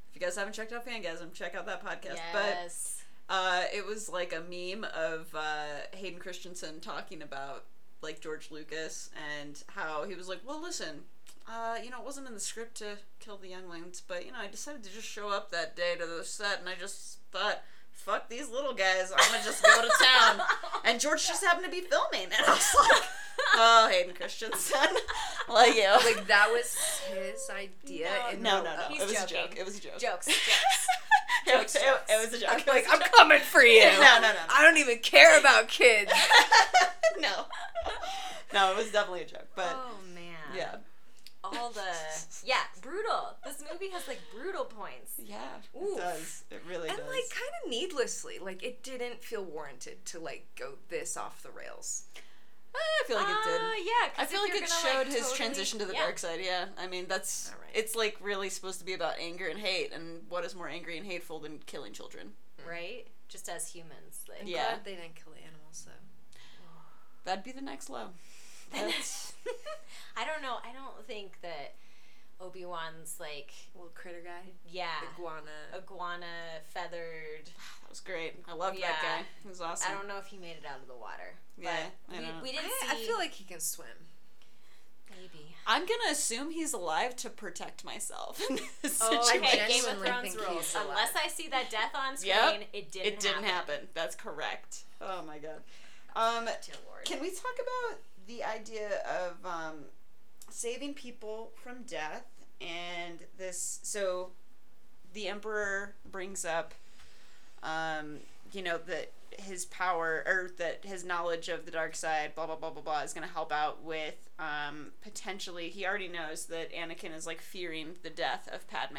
[SPEAKER 5] If you guys haven't checked out Fangasm, check out that podcast.
[SPEAKER 2] Yes.
[SPEAKER 5] But uh, it was like a meme of uh, Hayden Christensen talking about like George Lucas and how he was like, well, listen, uh, you know, it wasn't in the script to kill the younglings, but you know, I decided to just show up that day to the set and I just thought, fuck these little guys, I'm gonna just go to town. And George just happened to be filming, and I was like, oh, Hayden Christensen, like you.
[SPEAKER 4] Like that was his idea.
[SPEAKER 2] No,
[SPEAKER 4] and
[SPEAKER 5] no, no, no.
[SPEAKER 2] He's
[SPEAKER 5] it was
[SPEAKER 2] joking.
[SPEAKER 5] a joke. It was a joke.
[SPEAKER 2] jokes, jokes.
[SPEAKER 5] It, was, it,
[SPEAKER 2] jokes.
[SPEAKER 5] it was a joke.
[SPEAKER 4] I'm like,
[SPEAKER 5] It was a
[SPEAKER 4] I'm
[SPEAKER 5] joke.
[SPEAKER 4] coming for you.
[SPEAKER 5] No, no, no, no.
[SPEAKER 4] I don't even care about kids.
[SPEAKER 5] no. No, it was definitely a joke. But
[SPEAKER 2] oh man.
[SPEAKER 5] yeah.
[SPEAKER 2] All the yeah, brutal. This movie has like brutal points.
[SPEAKER 5] Yeah.
[SPEAKER 2] Oof.
[SPEAKER 5] It does. It really
[SPEAKER 4] and
[SPEAKER 5] does.
[SPEAKER 4] like kind of needlessly like it didn't feel warranted to like go this off the rails
[SPEAKER 5] I feel like it did.
[SPEAKER 2] Ah, yeah. 'cause
[SPEAKER 5] I
[SPEAKER 2] if
[SPEAKER 5] feel like
[SPEAKER 2] you're
[SPEAKER 5] it
[SPEAKER 2] gonna,
[SPEAKER 5] showed
[SPEAKER 2] like,
[SPEAKER 5] his
[SPEAKER 2] totally-
[SPEAKER 5] transition to the
[SPEAKER 2] yeah.
[SPEAKER 5] dark side. Yeah, I mean that's
[SPEAKER 4] Alright.
[SPEAKER 5] it's like really supposed to be about anger and hate, and what is more angry and hateful than killing children?
[SPEAKER 2] right? Just as humans, like
[SPEAKER 5] Yeah.
[SPEAKER 4] glad they didn't kill the animals though
[SPEAKER 5] That'd be the next low. That's
[SPEAKER 2] I don't know. I don't think that Obi Wan's like
[SPEAKER 4] little critter guy
[SPEAKER 2] yeah
[SPEAKER 4] iguana
[SPEAKER 2] iguana feathered.
[SPEAKER 5] that was great. I love
[SPEAKER 2] Yeah.
[SPEAKER 5] that guy. He was awesome.
[SPEAKER 2] I don't know if he made it out of the water.
[SPEAKER 5] Yeah,
[SPEAKER 2] but
[SPEAKER 5] I
[SPEAKER 2] we,
[SPEAKER 5] don't-
[SPEAKER 2] we didn't
[SPEAKER 4] I, I
[SPEAKER 2] see.
[SPEAKER 4] feel like he can swim
[SPEAKER 2] maybe.
[SPEAKER 5] I'm gonna assume he's alive to protect myself in this
[SPEAKER 4] Oh,
[SPEAKER 5] situation.
[SPEAKER 2] Okay, Game of
[SPEAKER 4] genuinely
[SPEAKER 2] Thrones
[SPEAKER 4] think he's
[SPEAKER 2] rules.
[SPEAKER 4] alive.
[SPEAKER 2] Unless I see that death on screen,
[SPEAKER 5] Yep.
[SPEAKER 2] it didn't.
[SPEAKER 5] It didn't happen. That's correct. Oh my god. Um,
[SPEAKER 2] Dear Lord.
[SPEAKER 5] can we talk about the idea of um, saving people from death and this so the emperor brings up um, you know that his power or that his knowledge of the dark side blah blah blah blah blah is going to help out with um, potentially he already knows that anakin is like fearing the death of padme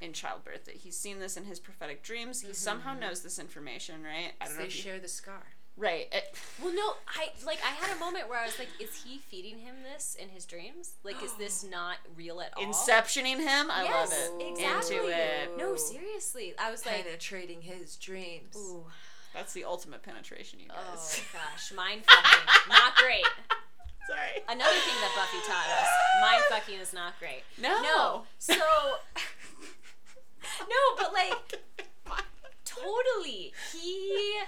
[SPEAKER 5] in childbirth that he's seen this in his prophetic dreams he somehow knows this information right i don't know
[SPEAKER 4] Mm-hmm, They
[SPEAKER 5] if you-
[SPEAKER 4] share the scar.
[SPEAKER 5] right it-
[SPEAKER 2] Well, no, I like I had a moment where I was like, is he feeding him this in his dreams? Like, is this not real at all?
[SPEAKER 5] inceptioning him i
[SPEAKER 2] yes,
[SPEAKER 5] love it
[SPEAKER 2] exactly.
[SPEAKER 5] Into it.
[SPEAKER 2] No, seriously, I was like,
[SPEAKER 4] Penetrating his dreams.
[SPEAKER 2] ooh,
[SPEAKER 5] that's the ultimate penetration you
[SPEAKER 2] oh
[SPEAKER 5] guys
[SPEAKER 2] gosh, mind fucking, not great.
[SPEAKER 5] sorry
[SPEAKER 2] Another thing that Buffy taught us: mind fucking is not great.
[SPEAKER 5] no
[SPEAKER 2] No, so no, but like totally he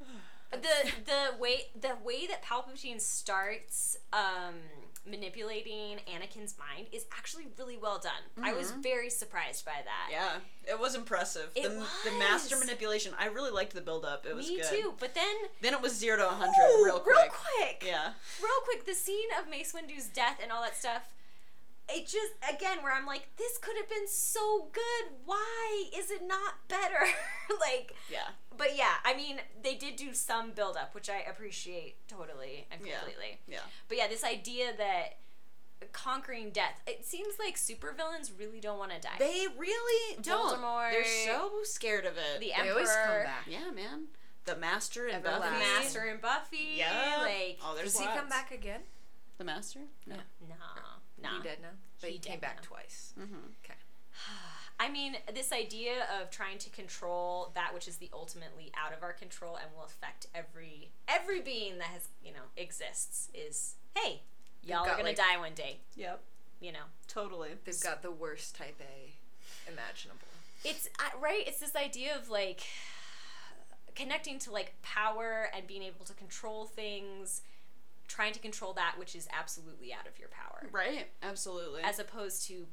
[SPEAKER 2] the the way the way that palpatine starts um manipulating anakin's mind is actually really well done i was
[SPEAKER 5] Mm-hmm.
[SPEAKER 2] very surprised by that
[SPEAKER 5] Yeah, it was impressive.
[SPEAKER 2] It
[SPEAKER 5] the, the master
[SPEAKER 2] was.
[SPEAKER 5] manipulation. I really liked the build up. It was
[SPEAKER 2] me
[SPEAKER 5] good.
[SPEAKER 2] too but then
[SPEAKER 5] Then it was zero to a hundred
[SPEAKER 2] Ooh,
[SPEAKER 5] real quick.
[SPEAKER 2] real quick
[SPEAKER 5] Yeah.
[SPEAKER 2] real quick, the scene of Mace Windu's death and all that stuff. It just again where I'm like, this could have been so good. Why is it not better? like,
[SPEAKER 5] Yeah.
[SPEAKER 2] but yeah, I mean, they did do some build up, which I appreciate totally and
[SPEAKER 5] Yeah.
[SPEAKER 2] completely.
[SPEAKER 5] Yeah.
[SPEAKER 2] But yeah, this idea that conquering death. It seems like supervillains really don't want to die.
[SPEAKER 5] They really don't.
[SPEAKER 2] Voldemort.
[SPEAKER 5] They're so scared of it.
[SPEAKER 2] the
[SPEAKER 4] They
[SPEAKER 2] Emperor,
[SPEAKER 4] always come back.
[SPEAKER 5] yeah, man. The master and
[SPEAKER 2] the
[SPEAKER 5] Buffy.
[SPEAKER 4] Everlasting.
[SPEAKER 2] Master and Buffy.
[SPEAKER 5] Yeah.
[SPEAKER 2] Like,
[SPEAKER 5] oh, there's
[SPEAKER 4] Does he
[SPEAKER 5] lots.
[SPEAKER 4] come back again?
[SPEAKER 5] The master. No.
[SPEAKER 2] nah, nah.
[SPEAKER 4] He dead now. But
[SPEAKER 2] He
[SPEAKER 4] he, came
[SPEAKER 2] dead
[SPEAKER 4] back
[SPEAKER 2] now.
[SPEAKER 4] twice.
[SPEAKER 5] Mm-hmm.
[SPEAKER 2] I mean, this idea of trying to control that which is the ultimately out of our control and will affect every every being that has you know exists is hey, y'all are
[SPEAKER 4] got,
[SPEAKER 2] gonna
[SPEAKER 4] like-
[SPEAKER 2] die one day.
[SPEAKER 5] Yep.
[SPEAKER 2] You know,
[SPEAKER 5] Totally.
[SPEAKER 4] They've got the worst type A imaginable.
[SPEAKER 2] it's I- right. It's this idea of like connecting to like power and being able to control things, trying to control that which is absolutely out of your power,
[SPEAKER 5] Right. Absolutely.
[SPEAKER 2] as opposed to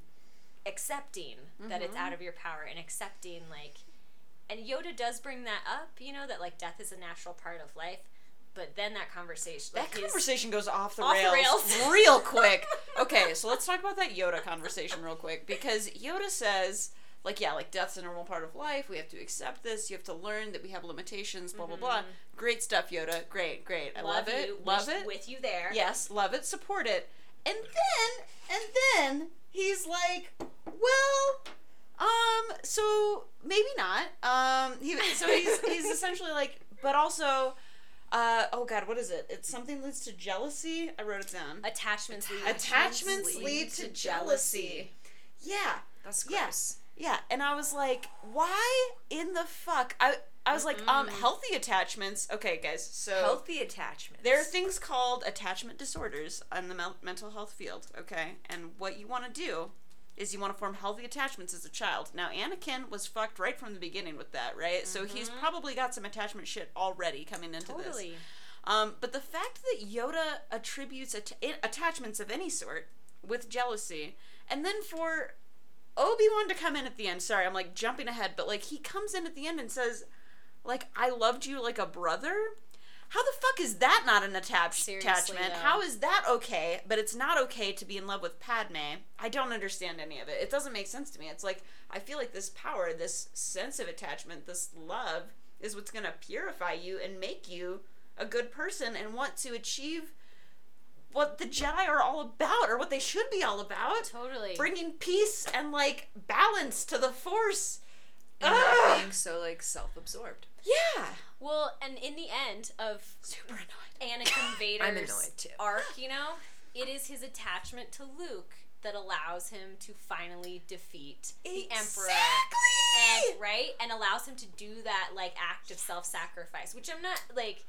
[SPEAKER 2] accepting that
[SPEAKER 5] Mm-hmm.
[SPEAKER 2] it's out of your power and accepting like and Yoda does bring that up, you know, that like death is a natural part of life. But then that conversation,
[SPEAKER 5] that
[SPEAKER 2] like his-
[SPEAKER 5] conversation goes off the
[SPEAKER 2] Off the
[SPEAKER 5] rails,
[SPEAKER 2] rails.
[SPEAKER 5] real quick. Okay, so let's talk about that Yoda conversation real quick because Yoda says, like, yeah, like death's a normal part of life. We have to accept this. You have to learn that we have limitations. Blah blah blah. Great stuff, Yoda. Great, great. I love, it.
[SPEAKER 2] Mm-hmm. you,
[SPEAKER 5] Love
[SPEAKER 2] wish-
[SPEAKER 5] it.
[SPEAKER 2] with you there.
[SPEAKER 5] Yes, love it. Support it. And then, and then he's like, well, um, so maybe not. Um, he, so he's he's essentially like, but also, uh, oh god, what is it? It's something leads to jealousy. I wrote it down.
[SPEAKER 2] attachments lead
[SPEAKER 5] Attachments lead to jealousy. Yeah,
[SPEAKER 4] That's gross.
[SPEAKER 5] yes, yeah. And I was like, why in the fuck? I I was like, um, healthy attachments. Okay, guys, so
[SPEAKER 4] Healthy attachments.
[SPEAKER 5] there are things called attachment disorders in the mel- mental health field, okay? And what you want to do is you want to form healthy attachments as a child. Now, Anakin was fucked right from the beginning with that, right? So he's probably got some attachment shit already coming into this.
[SPEAKER 2] Totally.
[SPEAKER 5] Um, but the fact that Yoda attributes att- i- attachments of any sort with jealousy, and then for Obi Wan to come in at the end, sorry, I'm like jumping ahead, but like he comes in at the end and says, like, I loved you like a brother. How the fuck is that not an attach-
[SPEAKER 2] Seriously,
[SPEAKER 5] attachment?
[SPEAKER 2] though.
[SPEAKER 5] How is that okay? But it's not okay to be in love with Padme. I don't understand any of it. It doesn't make sense to me. It's like I feel like this power, this sense of attachment, this love is what's going to purify you and make you a good person and want to achieve what the Jedi are all about or what they should be all about.
[SPEAKER 2] Totally.
[SPEAKER 5] Bringing peace and like balance to the force.
[SPEAKER 4] And not
[SPEAKER 5] Ugh.
[SPEAKER 4] being so like self-absorbed.
[SPEAKER 5] Yeah.
[SPEAKER 2] well, and in the end of
[SPEAKER 5] Super annoyed.
[SPEAKER 2] Anakin Vader's
[SPEAKER 4] I'm annoyed, too.
[SPEAKER 2] arc, you know, it is his attachment to Luke that allows him to finally defeat the Emperor.
[SPEAKER 5] Exactly.
[SPEAKER 2] and right and allows him to do that like act of self-sacrifice which i'm not like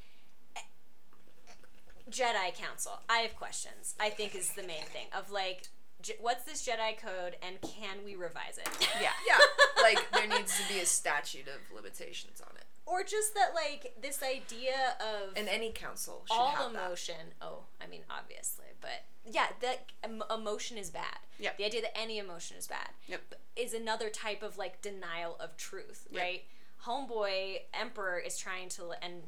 [SPEAKER 2] jedi council i have questions i think is the main thing of like j- what's this jedi code and can we revise it
[SPEAKER 5] Yeah.
[SPEAKER 4] Yeah. like there needs to be a statute of limitations on it.
[SPEAKER 2] or just that like this idea of
[SPEAKER 4] And any council should
[SPEAKER 2] all
[SPEAKER 4] have
[SPEAKER 2] emotion oh i mean obviously but yeah that em- emotion is bad
[SPEAKER 5] Yep.
[SPEAKER 2] the idea that any emotion is bad
[SPEAKER 5] Yep.
[SPEAKER 2] is another type of like denial of truth,
[SPEAKER 5] Yep.
[SPEAKER 2] right? Homeboy Emperor is trying to and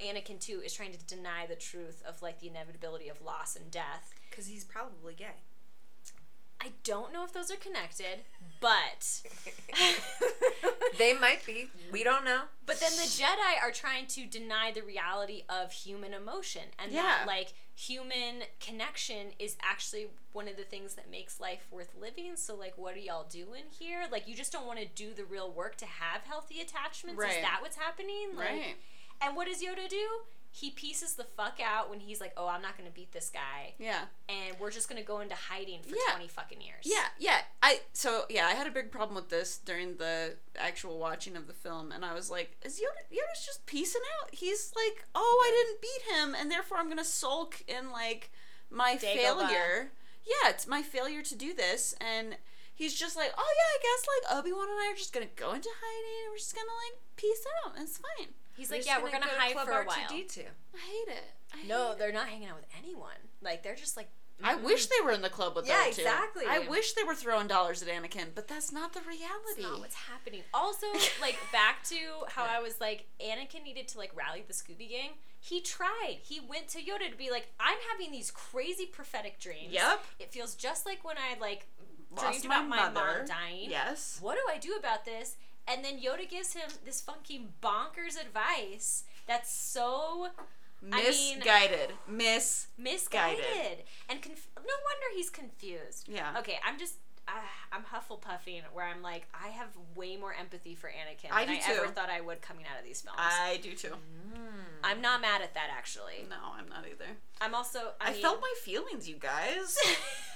[SPEAKER 2] Anakin too is trying to deny the truth of like the inevitability of loss and death.
[SPEAKER 4] Because he's probably gay.
[SPEAKER 2] I don't know if those are connected, but
[SPEAKER 4] They might be. We don't know.
[SPEAKER 2] But then the Jedi are trying to deny the reality of human emotion and
[SPEAKER 5] Yeah.
[SPEAKER 2] that like human connection is actually one of the things that makes life worth living. So like what are y'all doing here? Like you just don't want to do the real work to have healthy attachments.
[SPEAKER 5] Right.
[SPEAKER 2] Is that what's happening? Like
[SPEAKER 5] Right.
[SPEAKER 2] and what does Yoda do? He pieces the fuck out when he's like, "Oh, I'm not going to beat this guy
[SPEAKER 5] Yeah.
[SPEAKER 2] and we're just going to go into hiding for
[SPEAKER 5] Yeah.
[SPEAKER 2] 20 fucking years."
[SPEAKER 5] Yeah, yeah. I so yeah, I had a big problem with this during the actual watching of the film, and I was like, "Is Yoda, Yoda's just piecing out? He's like, oh, I didn't beat him, and therefore I'm gonna sulk in like my
[SPEAKER 2] Dagobah.
[SPEAKER 5] failure. Yeah, it's my failure to do this, and he's just like, oh yeah, I guess like Obi Wan and I are just gonna go into hiding, and we're just gonna like peace out, and it's fine.
[SPEAKER 2] He's like, "Yeah, we're going to hide for a while."
[SPEAKER 4] R2D2.
[SPEAKER 5] I hate it. I
[SPEAKER 2] No,
[SPEAKER 5] hate it.
[SPEAKER 2] they're not hanging out with anyone. Like they're just like
[SPEAKER 5] I wish they were in the club with
[SPEAKER 2] Yeah,
[SPEAKER 5] those two.
[SPEAKER 2] exactly.
[SPEAKER 5] I wish they were throwing dollars at Anakin, but that's not the reality.
[SPEAKER 2] That's not what's happening. Also, like back to how I was like, Anakin needed to like rally the Scooby Gang. He tried. He went to Yoda to be like, I'm having these crazy prophetic dreams.
[SPEAKER 5] Yep.
[SPEAKER 2] It feels just like when I like
[SPEAKER 5] Lost
[SPEAKER 2] dreamed
[SPEAKER 5] my
[SPEAKER 2] about my
[SPEAKER 5] mother.
[SPEAKER 2] mom dying.
[SPEAKER 5] Yes.
[SPEAKER 2] What do I do about this? And then Yoda gives him this fucking bonkers advice that's so I mean-
[SPEAKER 5] Misguided. Miss.
[SPEAKER 2] misguided
[SPEAKER 5] Guided.
[SPEAKER 2] and conf- no wonder he's confused.
[SPEAKER 5] Yeah.
[SPEAKER 2] Okay, I'm just uh, I'm Hufflepuffing where I'm like I have way more empathy for Anakin
[SPEAKER 5] I
[SPEAKER 2] than
[SPEAKER 5] do
[SPEAKER 2] I ever
[SPEAKER 5] too.
[SPEAKER 2] thought I would coming out of these films.
[SPEAKER 5] I do too.
[SPEAKER 2] I'm not mad at that actually.
[SPEAKER 5] No, I'm not either.
[SPEAKER 2] I'm also I,
[SPEAKER 5] I,
[SPEAKER 2] mean,
[SPEAKER 5] felt my feelings, you guys.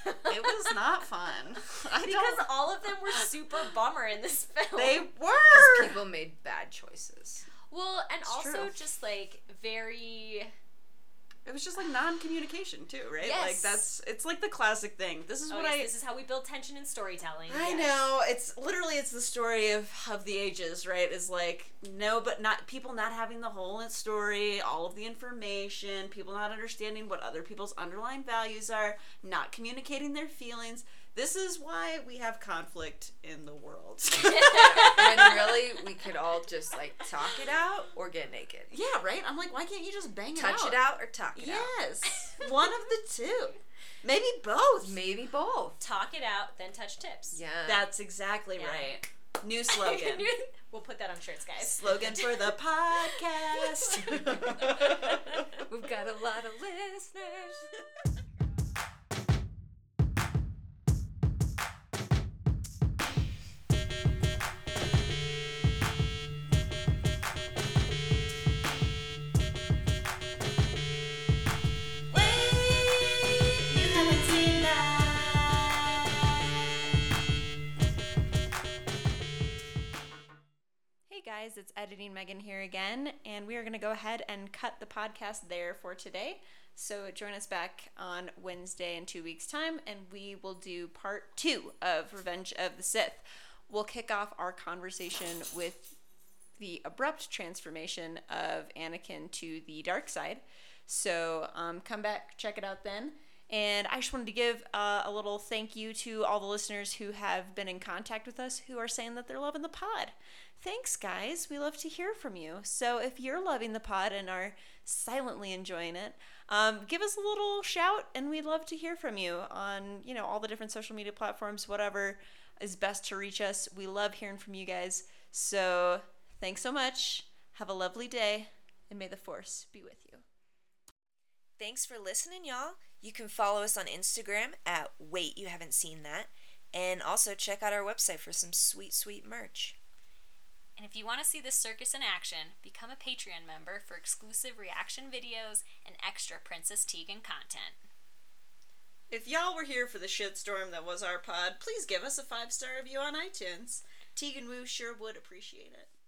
[SPEAKER 5] it was not fun. I
[SPEAKER 2] because
[SPEAKER 5] don't.
[SPEAKER 2] all of them were super bummer in this film.
[SPEAKER 5] They
[SPEAKER 4] Because
[SPEAKER 5] were.
[SPEAKER 4] people made bad choices.
[SPEAKER 2] well, and also
[SPEAKER 5] true.
[SPEAKER 2] just like very
[SPEAKER 5] It was just like non-communication too, right? Like
[SPEAKER 2] Yes.
[SPEAKER 5] that's. It's like the classic thing. This is
[SPEAKER 2] oh,
[SPEAKER 5] what
[SPEAKER 2] yes,
[SPEAKER 5] I.
[SPEAKER 2] this is how we build tension in storytelling.
[SPEAKER 5] I
[SPEAKER 2] Yes.
[SPEAKER 5] know. It's literally it's the story of of the ages, right? Is like no, but not people not having the whole story, all of the information, people not understanding what other people's underlying values are, not communicating their feelings. This is why we have conflict in the world.
[SPEAKER 4] when really, we could all just like talk it out or get naked.
[SPEAKER 5] yeah, right. I'm like, why can't you just bang it
[SPEAKER 4] Touch
[SPEAKER 5] out?
[SPEAKER 4] it out or talk it out.
[SPEAKER 5] Yes, one of the two, maybe both.
[SPEAKER 4] Maybe both.
[SPEAKER 2] Talk it out, then touch tips.
[SPEAKER 4] Yeah.
[SPEAKER 5] That's exactly
[SPEAKER 2] Yeah.
[SPEAKER 5] right. New slogan.
[SPEAKER 2] we'll put that on shirts, guys.
[SPEAKER 5] slogan for the podcast.
[SPEAKER 4] We've got a lot of listeners.
[SPEAKER 6] Hey guys, it's Editing Megan here again, and we are going to go ahead and cut the podcast there for today. So join us back on Wednesday in two weeks' time, and we will do part two of Revenge of the Sith. We'll kick off our conversation with the abrupt transformation of Anakin to the dark side. So um, come back, check it out then. And I just wanted to give uh, a little thank you to all the listeners who have been in contact with us who are saying that they're loving the pod. Thanks, guys. We love to hear from you. So if you're loving the pod and are silently enjoying it, um, give us a little shout, and we'd love to hear from you on you know all the different social media platforms, whatever is best to reach us. We love hearing from you guys. So thanks so much. Have a lovely day, and may the force be with you.
[SPEAKER 7] Thanks for listening, y'all. You can follow us on Instagram at Wait You Haven't Seen That, and also check out our website for some sweet, sweet merch.
[SPEAKER 8] And if you want to see this circus in action, become a Patreon member for exclusive reaction videos and extra Princess Tegan content.
[SPEAKER 5] If y'all were here for the shitstorm that was our pod, please give us a five star review on iTunes. Tegan Wu sure would appreciate it.